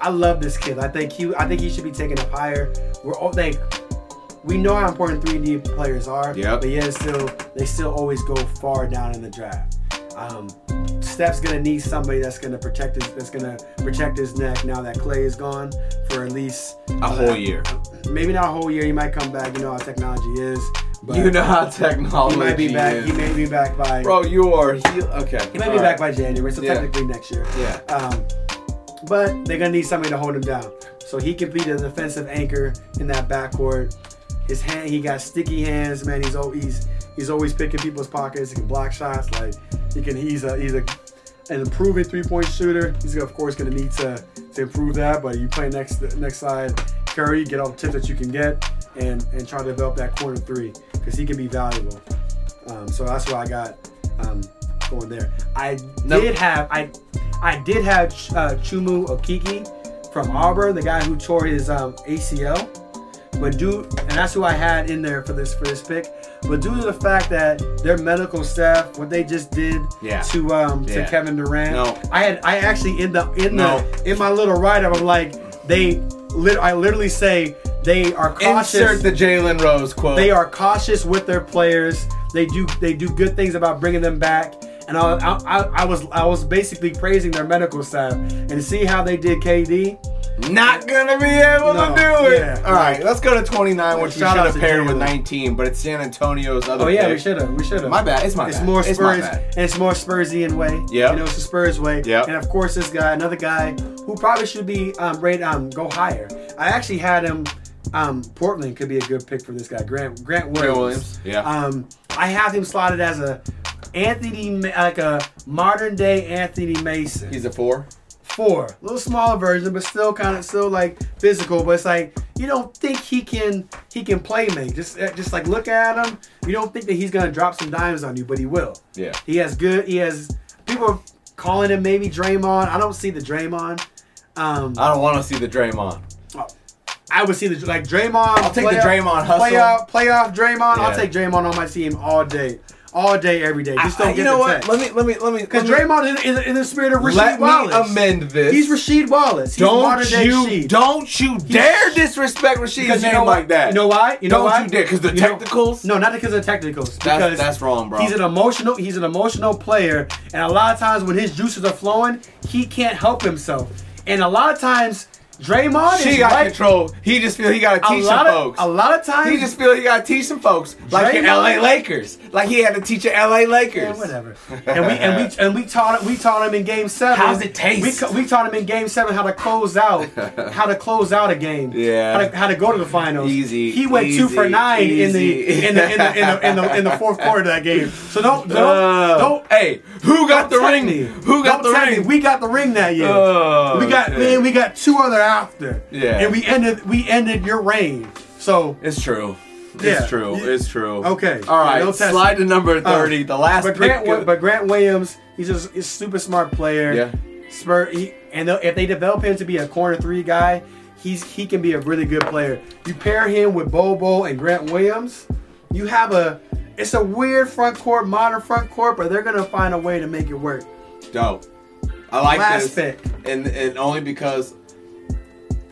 Speaker 2: I love this kid. I think he, I think he should be taken up higher. We're all like, we know how important three D players are.
Speaker 3: Yep.
Speaker 2: But yeah, still, they still always go far down in the draft. Um, Steph's gonna need somebody that's gonna protect his, that's gonna protect his neck now that Clay is gone for at least
Speaker 3: a whole year.
Speaker 2: Maybe not a whole year. He might come back. You know how technology is. But
Speaker 3: You know how technology
Speaker 2: he might be back.
Speaker 3: is.
Speaker 2: He may be back by.
Speaker 3: Bro, you are he okay.
Speaker 2: He might
Speaker 3: all
Speaker 2: be
Speaker 3: right.
Speaker 2: back by January, so
Speaker 3: Yeah.
Speaker 2: technically next year.
Speaker 3: Yeah.
Speaker 2: Um, but they're gonna need somebody to hold him down. So he could be the defensive anchor in that backcourt. His hand, he got sticky hands, man. He's always he's always picking people's pockets. He can block shots. Like he can, he's a he's a an improving three point shooter. He's of course gonna need to to improve that. But you play next next side Curry, get all the tips that you can get, and and try to develop that corner three because he can be valuable. Um, so that's what I got um, going there. I
Speaker 3: Now-
Speaker 2: did have I I did have uh, Chumu Okiki from Auburn, the guy who tore his um, ACL. But due and that's who I had in there for this for this pick. But due to the fact that their medical staff, what they just did
Speaker 3: Yeah.
Speaker 2: to um
Speaker 3: Yeah.
Speaker 2: to Kevin Durant,
Speaker 3: No.
Speaker 2: I had I actually in the in
Speaker 3: No.
Speaker 2: the in my little write up, I'm like they lit I literally say they are cautious
Speaker 3: Insert the Jalen Rose quote.
Speaker 2: they are cautious with their players. They do they do good things about bringing them back. And I, I, I- I was I was basically praising their medical staff and to see how they did KD.
Speaker 3: not gonna be able to
Speaker 2: No,
Speaker 3: do it.
Speaker 2: yeah.
Speaker 3: All right, let's go to 29, which we should
Speaker 2: Shout out
Speaker 3: have
Speaker 2: to
Speaker 3: paired with
Speaker 2: Jalen.
Speaker 3: 19, but it's San Antonio's other.
Speaker 2: Oh yeah, we
Speaker 3: pick.
Speaker 2: should have we should have.
Speaker 3: My bad. It's my
Speaker 2: It's
Speaker 3: bad.
Speaker 2: more
Speaker 3: It's my
Speaker 2: Spurs.
Speaker 3: bad.
Speaker 2: and it's more Spursian way.
Speaker 3: Yep.
Speaker 2: You know, it's the Spurs way.
Speaker 3: Yep.
Speaker 2: And of course, this guy, another guy who probably should be um, rate um go higher. I actually had him. Um, Portland could be a good pick for this guy, Grant Grant Williams.
Speaker 3: Williams, yeah.
Speaker 2: Um, I have him slotted as a Anthony, Ma- like a modern day Anthony Mason
Speaker 3: He's a four.
Speaker 2: four. A little smaller version, but still kind of still like physical. But it's like you don't think he can he can play make. Just uh, just like look at him. You don't think that he's gonna drop some dimes on you, but he will.
Speaker 3: Yeah.
Speaker 2: He has good. He has people are calling him maybe Draymond. I don't see the Draymond. Um,
Speaker 3: I don't want to see the Draymond.
Speaker 2: I would see the like Draymond. I'll
Speaker 3: take the Draymond hustle.
Speaker 2: Playoff, playoff Draymond.
Speaker 3: Yeah.
Speaker 2: I'll take Draymond on my team all day. all day, every day. Just
Speaker 3: I-
Speaker 2: don't
Speaker 3: I-
Speaker 2: get
Speaker 3: you know
Speaker 2: the
Speaker 3: what?
Speaker 2: text.
Speaker 3: Let me let me let me.
Speaker 2: Because
Speaker 3: let me-
Speaker 2: Draymond is in, in, in the spirit of Rasheed
Speaker 3: Let me
Speaker 2: Wallace.
Speaker 3: amend this.
Speaker 2: He's Rasheed Wallace. He's modern
Speaker 3: Don't
Speaker 2: day
Speaker 3: you
Speaker 2: Rasheed.
Speaker 3: don't you dare disrespect Rasheed's
Speaker 2: you
Speaker 3: name
Speaker 2: know why-
Speaker 3: like that.
Speaker 2: You know why? You know
Speaker 3: Don't
Speaker 2: why?
Speaker 3: you dare, 'cause the
Speaker 2: You know-
Speaker 3: technicals-
Speaker 2: no, not because of the technicals.
Speaker 3: That's-
Speaker 2: because
Speaker 3: that's wrong, bro.
Speaker 2: He's an emotional. He's an emotional player, and a lot of times when his juices are flowing, he can't help himself. And a lot of times, Draymond
Speaker 3: She
Speaker 2: is
Speaker 3: got
Speaker 2: like
Speaker 3: control. He just feel he gotta
Speaker 2: a
Speaker 3: teach some
Speaker 2: lot of
Speaker 3: folks.
Speaker 2: a lot of times.
Speaker 3: he just feel he gotta teach some folks, like the
Speaker 2: Draymond-
Speaker 3: L.A. Lakers, like he had to teach the L.A. Lakers.
Speaker 2: Yeah, whatever. And we and we and we taught we taught him in game seven.
Speaker 3: How's it taste?
Speaker 2: We, co- we taught him in game seven how to close out, how to close out a game.
Speaker 3: Yeah.
Speaker 2: How to, how to go to the finals.
Speaker 3: Easy,
Speaker 2: He went two
Speaker 3: easy,
Speaker 2: for nine in the
Speaker 3: easy.
Speaker 2: in the in the in the, in the, in the fourth quarter of that game. So don't don't
Speaker 3: Uh,
Speaker 2: don't.
Speaker 3: hey, who got the
Speaker 2: don't
Speaker 3: ring?
Speaker 2: tell me.
Speaker 3: Who got
Speaker 2: Don't tell
Speaker 3: the
Speaker 2: me.
Speaker 3: ring?
Speaker 2: We got the ring that year.
Speaker 3: Oh,
Speaker 2: we got
Speaker 3: shit.
Speaker 2: man. We got two other after.
Speaker 3: Yeah.
Speaker 2: And we ended we ended your reign. So
Speaker 3: It's true. It's
Speaker 2: Yeah.
Speaker 3: true.
Speaker 2: You-
Speaker 3: It's true.
Speaker 2: Okay.
Speaker 3: All right.
Speaker 2: No test.
Speaker 3: slide to number thirty.
Speaker 2: Uh,
Speaker 3: the last.
Speaker 2: But Grant,
Speaker 3: pick
Speaker 2: Wi-
Speaker 3: of-
Speaker 2: but Grant Williams, he's just he's a super smart player.
Speaker 3: Yeah.
Speaker 2: Spur. He, and they'll- if they develop him to be a corner three guy, he's he can be a really good player. You pair him with Bobo and Grant Williams, you have a. It's a weird front court, modern front court, but they're gonna find a way to make it work.
Speaker 3: Dope. I like
Speaker 2: Last
Speaker 3: this.
Speaker 2: pick.
Speaker 3: And and only because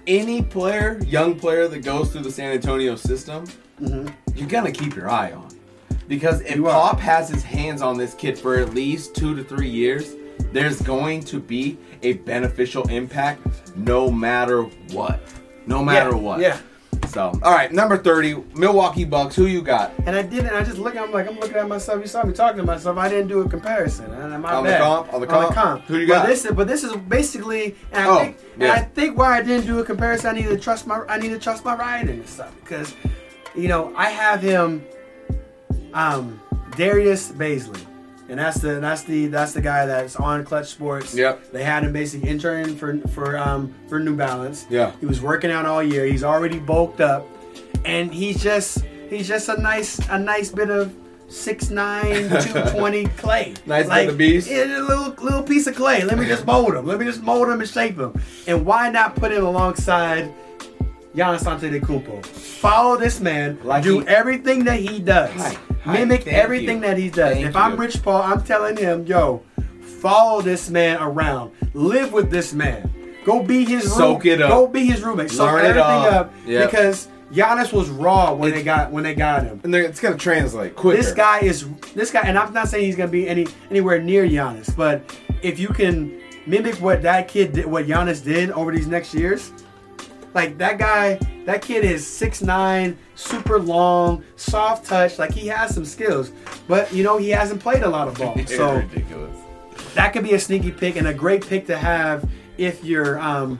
Speaker 3: any player, young player that goes through the San Antonio system, you're gonna keep your eye on. Because if
Speaker 2: Mm-hmm. You are.
Speaker 3: Pop has his hands on this kid for at least two to three years, there's going to be a beneficial impact no matter what. No matter what.
Speaker 2: yeah.
Speaker 3: So, all right, number 30, Milwaukee Bucks. Who you got?
Speaker 2: And I didn't. I just look. I'm like, I'm looking at myself. You saw me talking to myself. I didn't do a comparison. And my
Speaker 3: On the
Speaker 2: bad.
Speaker 3: comp? On the comp? Who you
Speaker 2: But
Speaker 3: got?
Speaker 2: this, but this is basically. And I
Speaker 3: Oh,
Speaker 2: think, and
Speaker 3: yeah.
Speaker 2: I think why I didn't do a comparison. I need to trust my. I need to trust my ride in this stuff because, you know, I have him, um, Darius Baisley. And that's the that's the that's the guy that's on Clutch Sports.
Speaker 3: Yep.
Speaker 2: They had him basically intern for for um for New Balance.
Speaker 3: Yeah.
Speaker 2: He was working out all year. He's already bulked up, and he's just he's just a nice a nice bit of 6'9", 220 clay.
Speaker 3: Nice little beast.
Speaker 2: Yeah, a little little piece of clay. Let me just mold him. Let me just mold him and shape him. And why not put him alongside Giannis Antetokounmpo? Follow this man.
Speaker 3: Like
Speaker 2: do
Speaker 3: he-
Speaker 2: everything that he does.
Speaker 3: Hi. Hi.
Speaker 2: Mimic
Speaker 3: Thank
Speaker 2: everything
Speaker 3: you.
Speaker 2: that he does.
Speaker 3: Thank
Speaker 2: if I'm
Speaker 3: you.
Speaker 2: Rich Paul, I'm telling him, yo, follow this man around. Live with this man. Go be his
Speaker 3: Soak
Speaker 2: room-
Speaker 3: it up.
Speaker 2: Go be his roommate. Soak
Speaker 3: Learn it
Speaker 2: everything
Speaker 3: up.
Speaker 2: up
Speaker 3: Yep.
Speaker 2: because Giannis was raw when they got when they got him.
Speaker 3: And they're- it's going to translate quicker.
Speaker 2: This guy is this guy, and I'm not saying he's gonna be any anywhere near Giannis, but if you can mimic what that kid did, what Giannis did over these next years, like that guy, that kid is 6'9", super long, soft touch. Like he has some skills, but you know he hasn't played a lot of ball,
Speaker 3: It's
Speaker 2: so
Speaker 3: ridiculous.
Speaker 2: that could be a sneaky pick and a great pick to have if you're um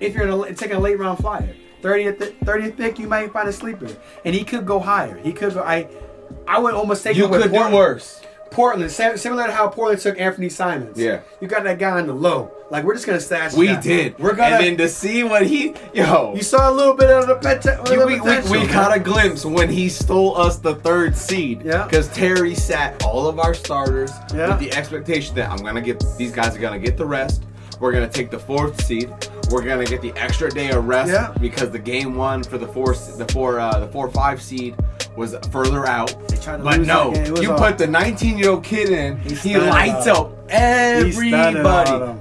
Speaker 2: if you're in a, taking a late round flyer. 30th 30th pick, you might find a sleeper, and he could go higher. He could go. I I would almost take
Speaker 3: You
Speaker 2: him with
Speaker 3: could do
Speaker 2: Portland.
Speaker 3: worse.
Speaker 2: Portland, sim- similar to how Portland took Anthony Simons.
Speaker 3: Yeah.
Speaker 2: you got that guy on the low. Like we're just gonna stash.
Speaker 3: We
Speaker 2: that.
Speaker 3: did.
Speaker 2: We're gonna.
Speaker 3: And then to see what he, yo,
Speaker 2: you saw a little bit of the pet.
Speaker 3: you- we, we, we caught a glimpse when he stole us the third seed.
Speaker 2: Yeah.
Speaker 3: Because Terry sat all of our starters
Speaker 2: Yeah.
Speaker 3: with the expectation that I'm gonna get these guys are gonna get the rest. We're gonna take the fourth seed. We're gonna get the extra day of rest
Speaker 2: Yeah.
Speaker 3: because the game one for the four the four uh, the four five seed was further out.
Speaker 2: tried to
Speaker 3: But
Speaker 2: lose
Speaker 3: no,
Speaker 2: that game. It was
Speaker 3: you
Speaker 2: all-
Speaker 3: put the 19 year old kid in. He
Speaker 2: stunted
Speaker 3: lights
Speaker 2: on
Speaker 3: up everybody.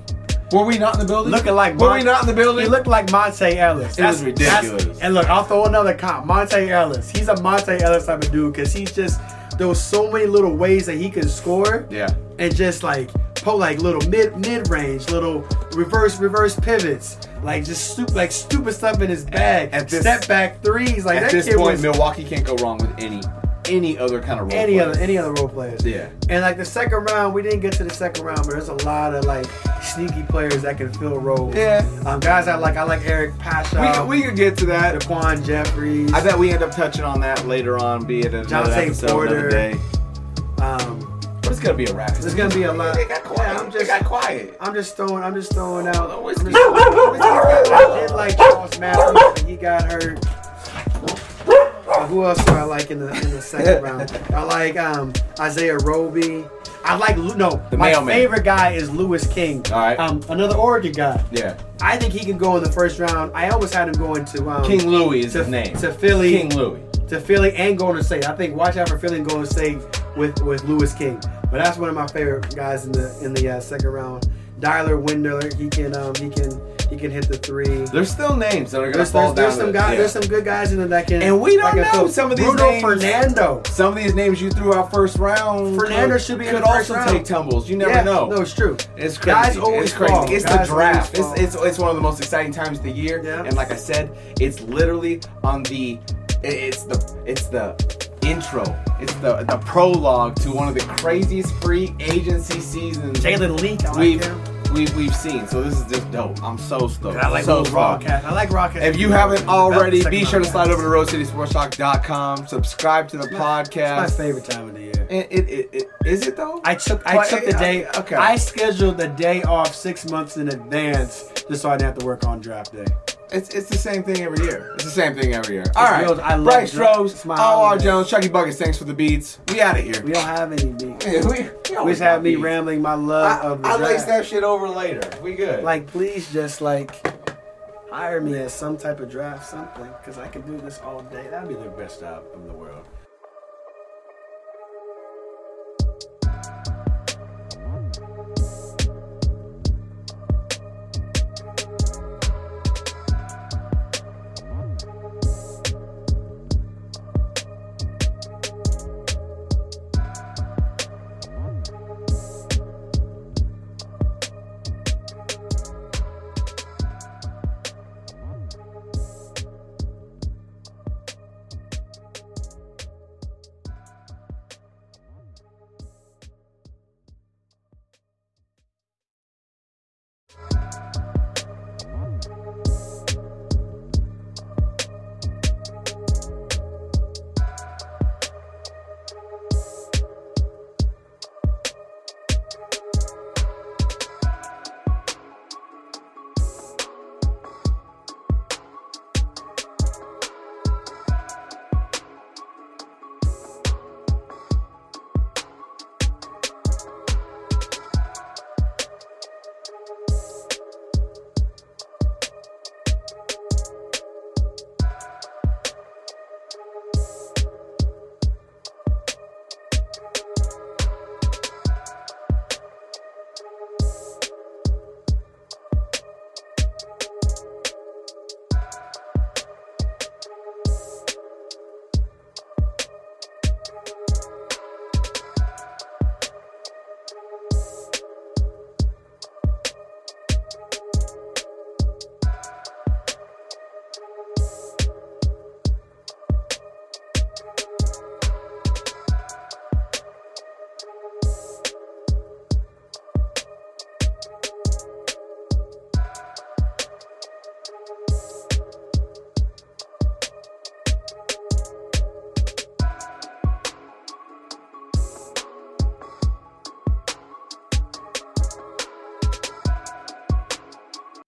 Speaker 3: Were we not in the building?
Speaker 2: Looking like
Speaker 3: were
Speaker 2: Mon-
Speaker 3: we not in the building?
Speaker 2: He looked like Monte Ellis.
Speaker 3: It was ridiculous.
Speaker 2: and look, I'll throw another cop, Monte Ellis. He's a Monte Ellis type of dude because he's just there was so many little ways that he could score.
Speaker 3: Yeah.
Speaker 2: And just like pull like little mid mid range, little reverse reverse pivots, like just stupid like stupid stuff in his bag.
Speaker 3: At this-
Speaker 2: Step back threes. Like
Speaker 3: At
Speaker 2: that
Speaker 3: this
Speaker 2: kid
Speaker 3: point,
Speaker 2: was
Speaker 3: Milwaukee can't go wrong with any any other kind of role.
Speaker 2: any
Speaker 3: player.
Speaker 2: other any other role players.
Speaker 3: Yeah.
Speaker 2: And like the second round, we didn't get to the second round, but there's a lot of like sneaky players that can fill roles.
Speaker 3: Yeah.
Speaker 2: Um, guys I like I like Eric
Speaker 3: We
Speaker 2: Pasha.
Speaker 3: could, we could get to that.
Speaker 2: Daquan Jeffries.
Speaker 3: I bet we end up touching on that later on, be it another
Speaker 2: Jonathan
Speaker 3: episode, another
Speaker 2: Porter.
Speaker 3: day.
Speaker 2: Um,
Speaker 3: But it's gonna be a wrap.
Speaker 2: there's gonna be a lot.
Speaker 3: They got quiet.
Speaker 2: Yeah, I'm
Speaker 3: they
Speaker 2: just,
Speaker 3: got quiet.
Speaker 2: I'm just throwing, I'm just throwing out.
Speaker 3: Oh,
Speaker 2: I'm
Speaker 3: it's-
Speaker 2: just, I did like Charles Matthews, but he got hurt. Uh, who else do I like in the in the second round? I like um, Isaiah Roby. I like Lu- no.
Speaker 3: The
Speaker 2: my
Speaker 3: mailman.
Speaker 2: favorite guy is Lewis King.
Speaker 3: All right.
Speaker 2: Um, another Oregon guy.
Speaker 3: Yeah.
Speaker 2: I think he can go in the first round. I almost had him going to um,
Speaker 3: King Louis is
Speaker 2: to,
Speaker 3: his name.
Speaker 2: to Philly
Speaker 3: King Louis.
Speaker 2: to Philly and Golden State. I think watch out for Philly and Golden State with with Lewis King. But that's one of my favorite guys in the in the uh, second round. Dialer Windler, he can um he can he can hit the three.
Speaker 3: There's still names that are gonna
Speaker 2: There's,
Speaker 3: fall
Speaker 2: there's, there's
Speaker 3: down.
Speaker 2: some
Speaker 3: to-
Speaker 2: guys,
Speaker 3: yeah.
Speaker 2: there's some good guys in there that can.
Speaker 3: And we don't
Speaker 2: that can
Speaker 3: know
Speaker 2: fill.
Speaker 3: some of these
Speaker 2: Bruno
Speaker 3: names.
Speaker 2: Fernando.
Speaker 3: Some of these names you threw out first round.
Speaker 2: Fernando
Speaker 3: could-
Speaker 2: should be in
Speaker 3: could
Speaker 2: the first
Speaker 3: also
Speaker 2: round.
Speaker 3: take tumbles. You never
Speaker 2: yeah,
Speaker 3: know.
Speaker 2: No, it's true.
Speaker 3: It's crazy.
Speaker 2: Guys always
Speaker 3: it's crazy.
Speaker 2: fall.
Speaker 3: It's
Speaker 2: Guys always
Speaker 3: the draft. It's,
Speaker 2: fall.
Speaker 3: it's it's one of the most exciting times of the year.
Speaker 2: Yeah.
Speaker 3: And like I said, it's literally on the it- it's the it's the intro. It's the the prologue to one of the craziest free agency seasons
Speaker 2: Jalen Leak. I like
Speaker 3: we've
Speaker 2: him.
Speaker 3: we've we've seen. So this is just dope. I'm so stoked.
Speaker 2: I like
Speaker 3: so
Speaker 2: those
Speaker 3: stoked.
Speaker 2: broadcasts. I like Rockets.
Speaker 3: If you haven't already, be sure to slide over to
Speaker 2: road.
Speaker 3: roadcitysportstalk.com, subscribe to the
Speaker 2: It's my
Speaker 3: podcast.
Speaker 2: favorite time of the year.
Speaker 3: It, it, it, it, is it though?
Speaker 2: I took I
Speaker 3: Well,
Speaker 2: took the
Speaker 3: I-
Speaker 2: day.
Speaker 3: okay.
Speaker 2: I scheduled the day off six months in advance just so I didn't have to work on draft day.
Speaker 3: It's, it's the same thing every year. It's the same thing every year. All right.
Speaker 2: real- I love
Speaker 3: Bryce
Speaker 2: Jones.
Speaker 3: Strobes,
Speaker 2: It's my
Speaker 3: O.R.
Speaker 2: holiday.
Speaker 3: Jones, Chucky Buckets, thanks for the beats. We out of here.
Speaker 2: We don't have any beat.
Speaker 3: Yeah, we, we
Speaker 2: We
Speaker 3: always
Speaker 2: just have me
Speaker 3: beats.
Speaker 2: rambling my love
Speaker 3: I,
Speaker 2: of the
Speaker 3: I lace
Speaker 2: draft.
Speaker 3: that shit over later. We good.
Speaker 2: Like, please just like hire me as some type of draft something because I can do this all day. That'd be the best job in the world.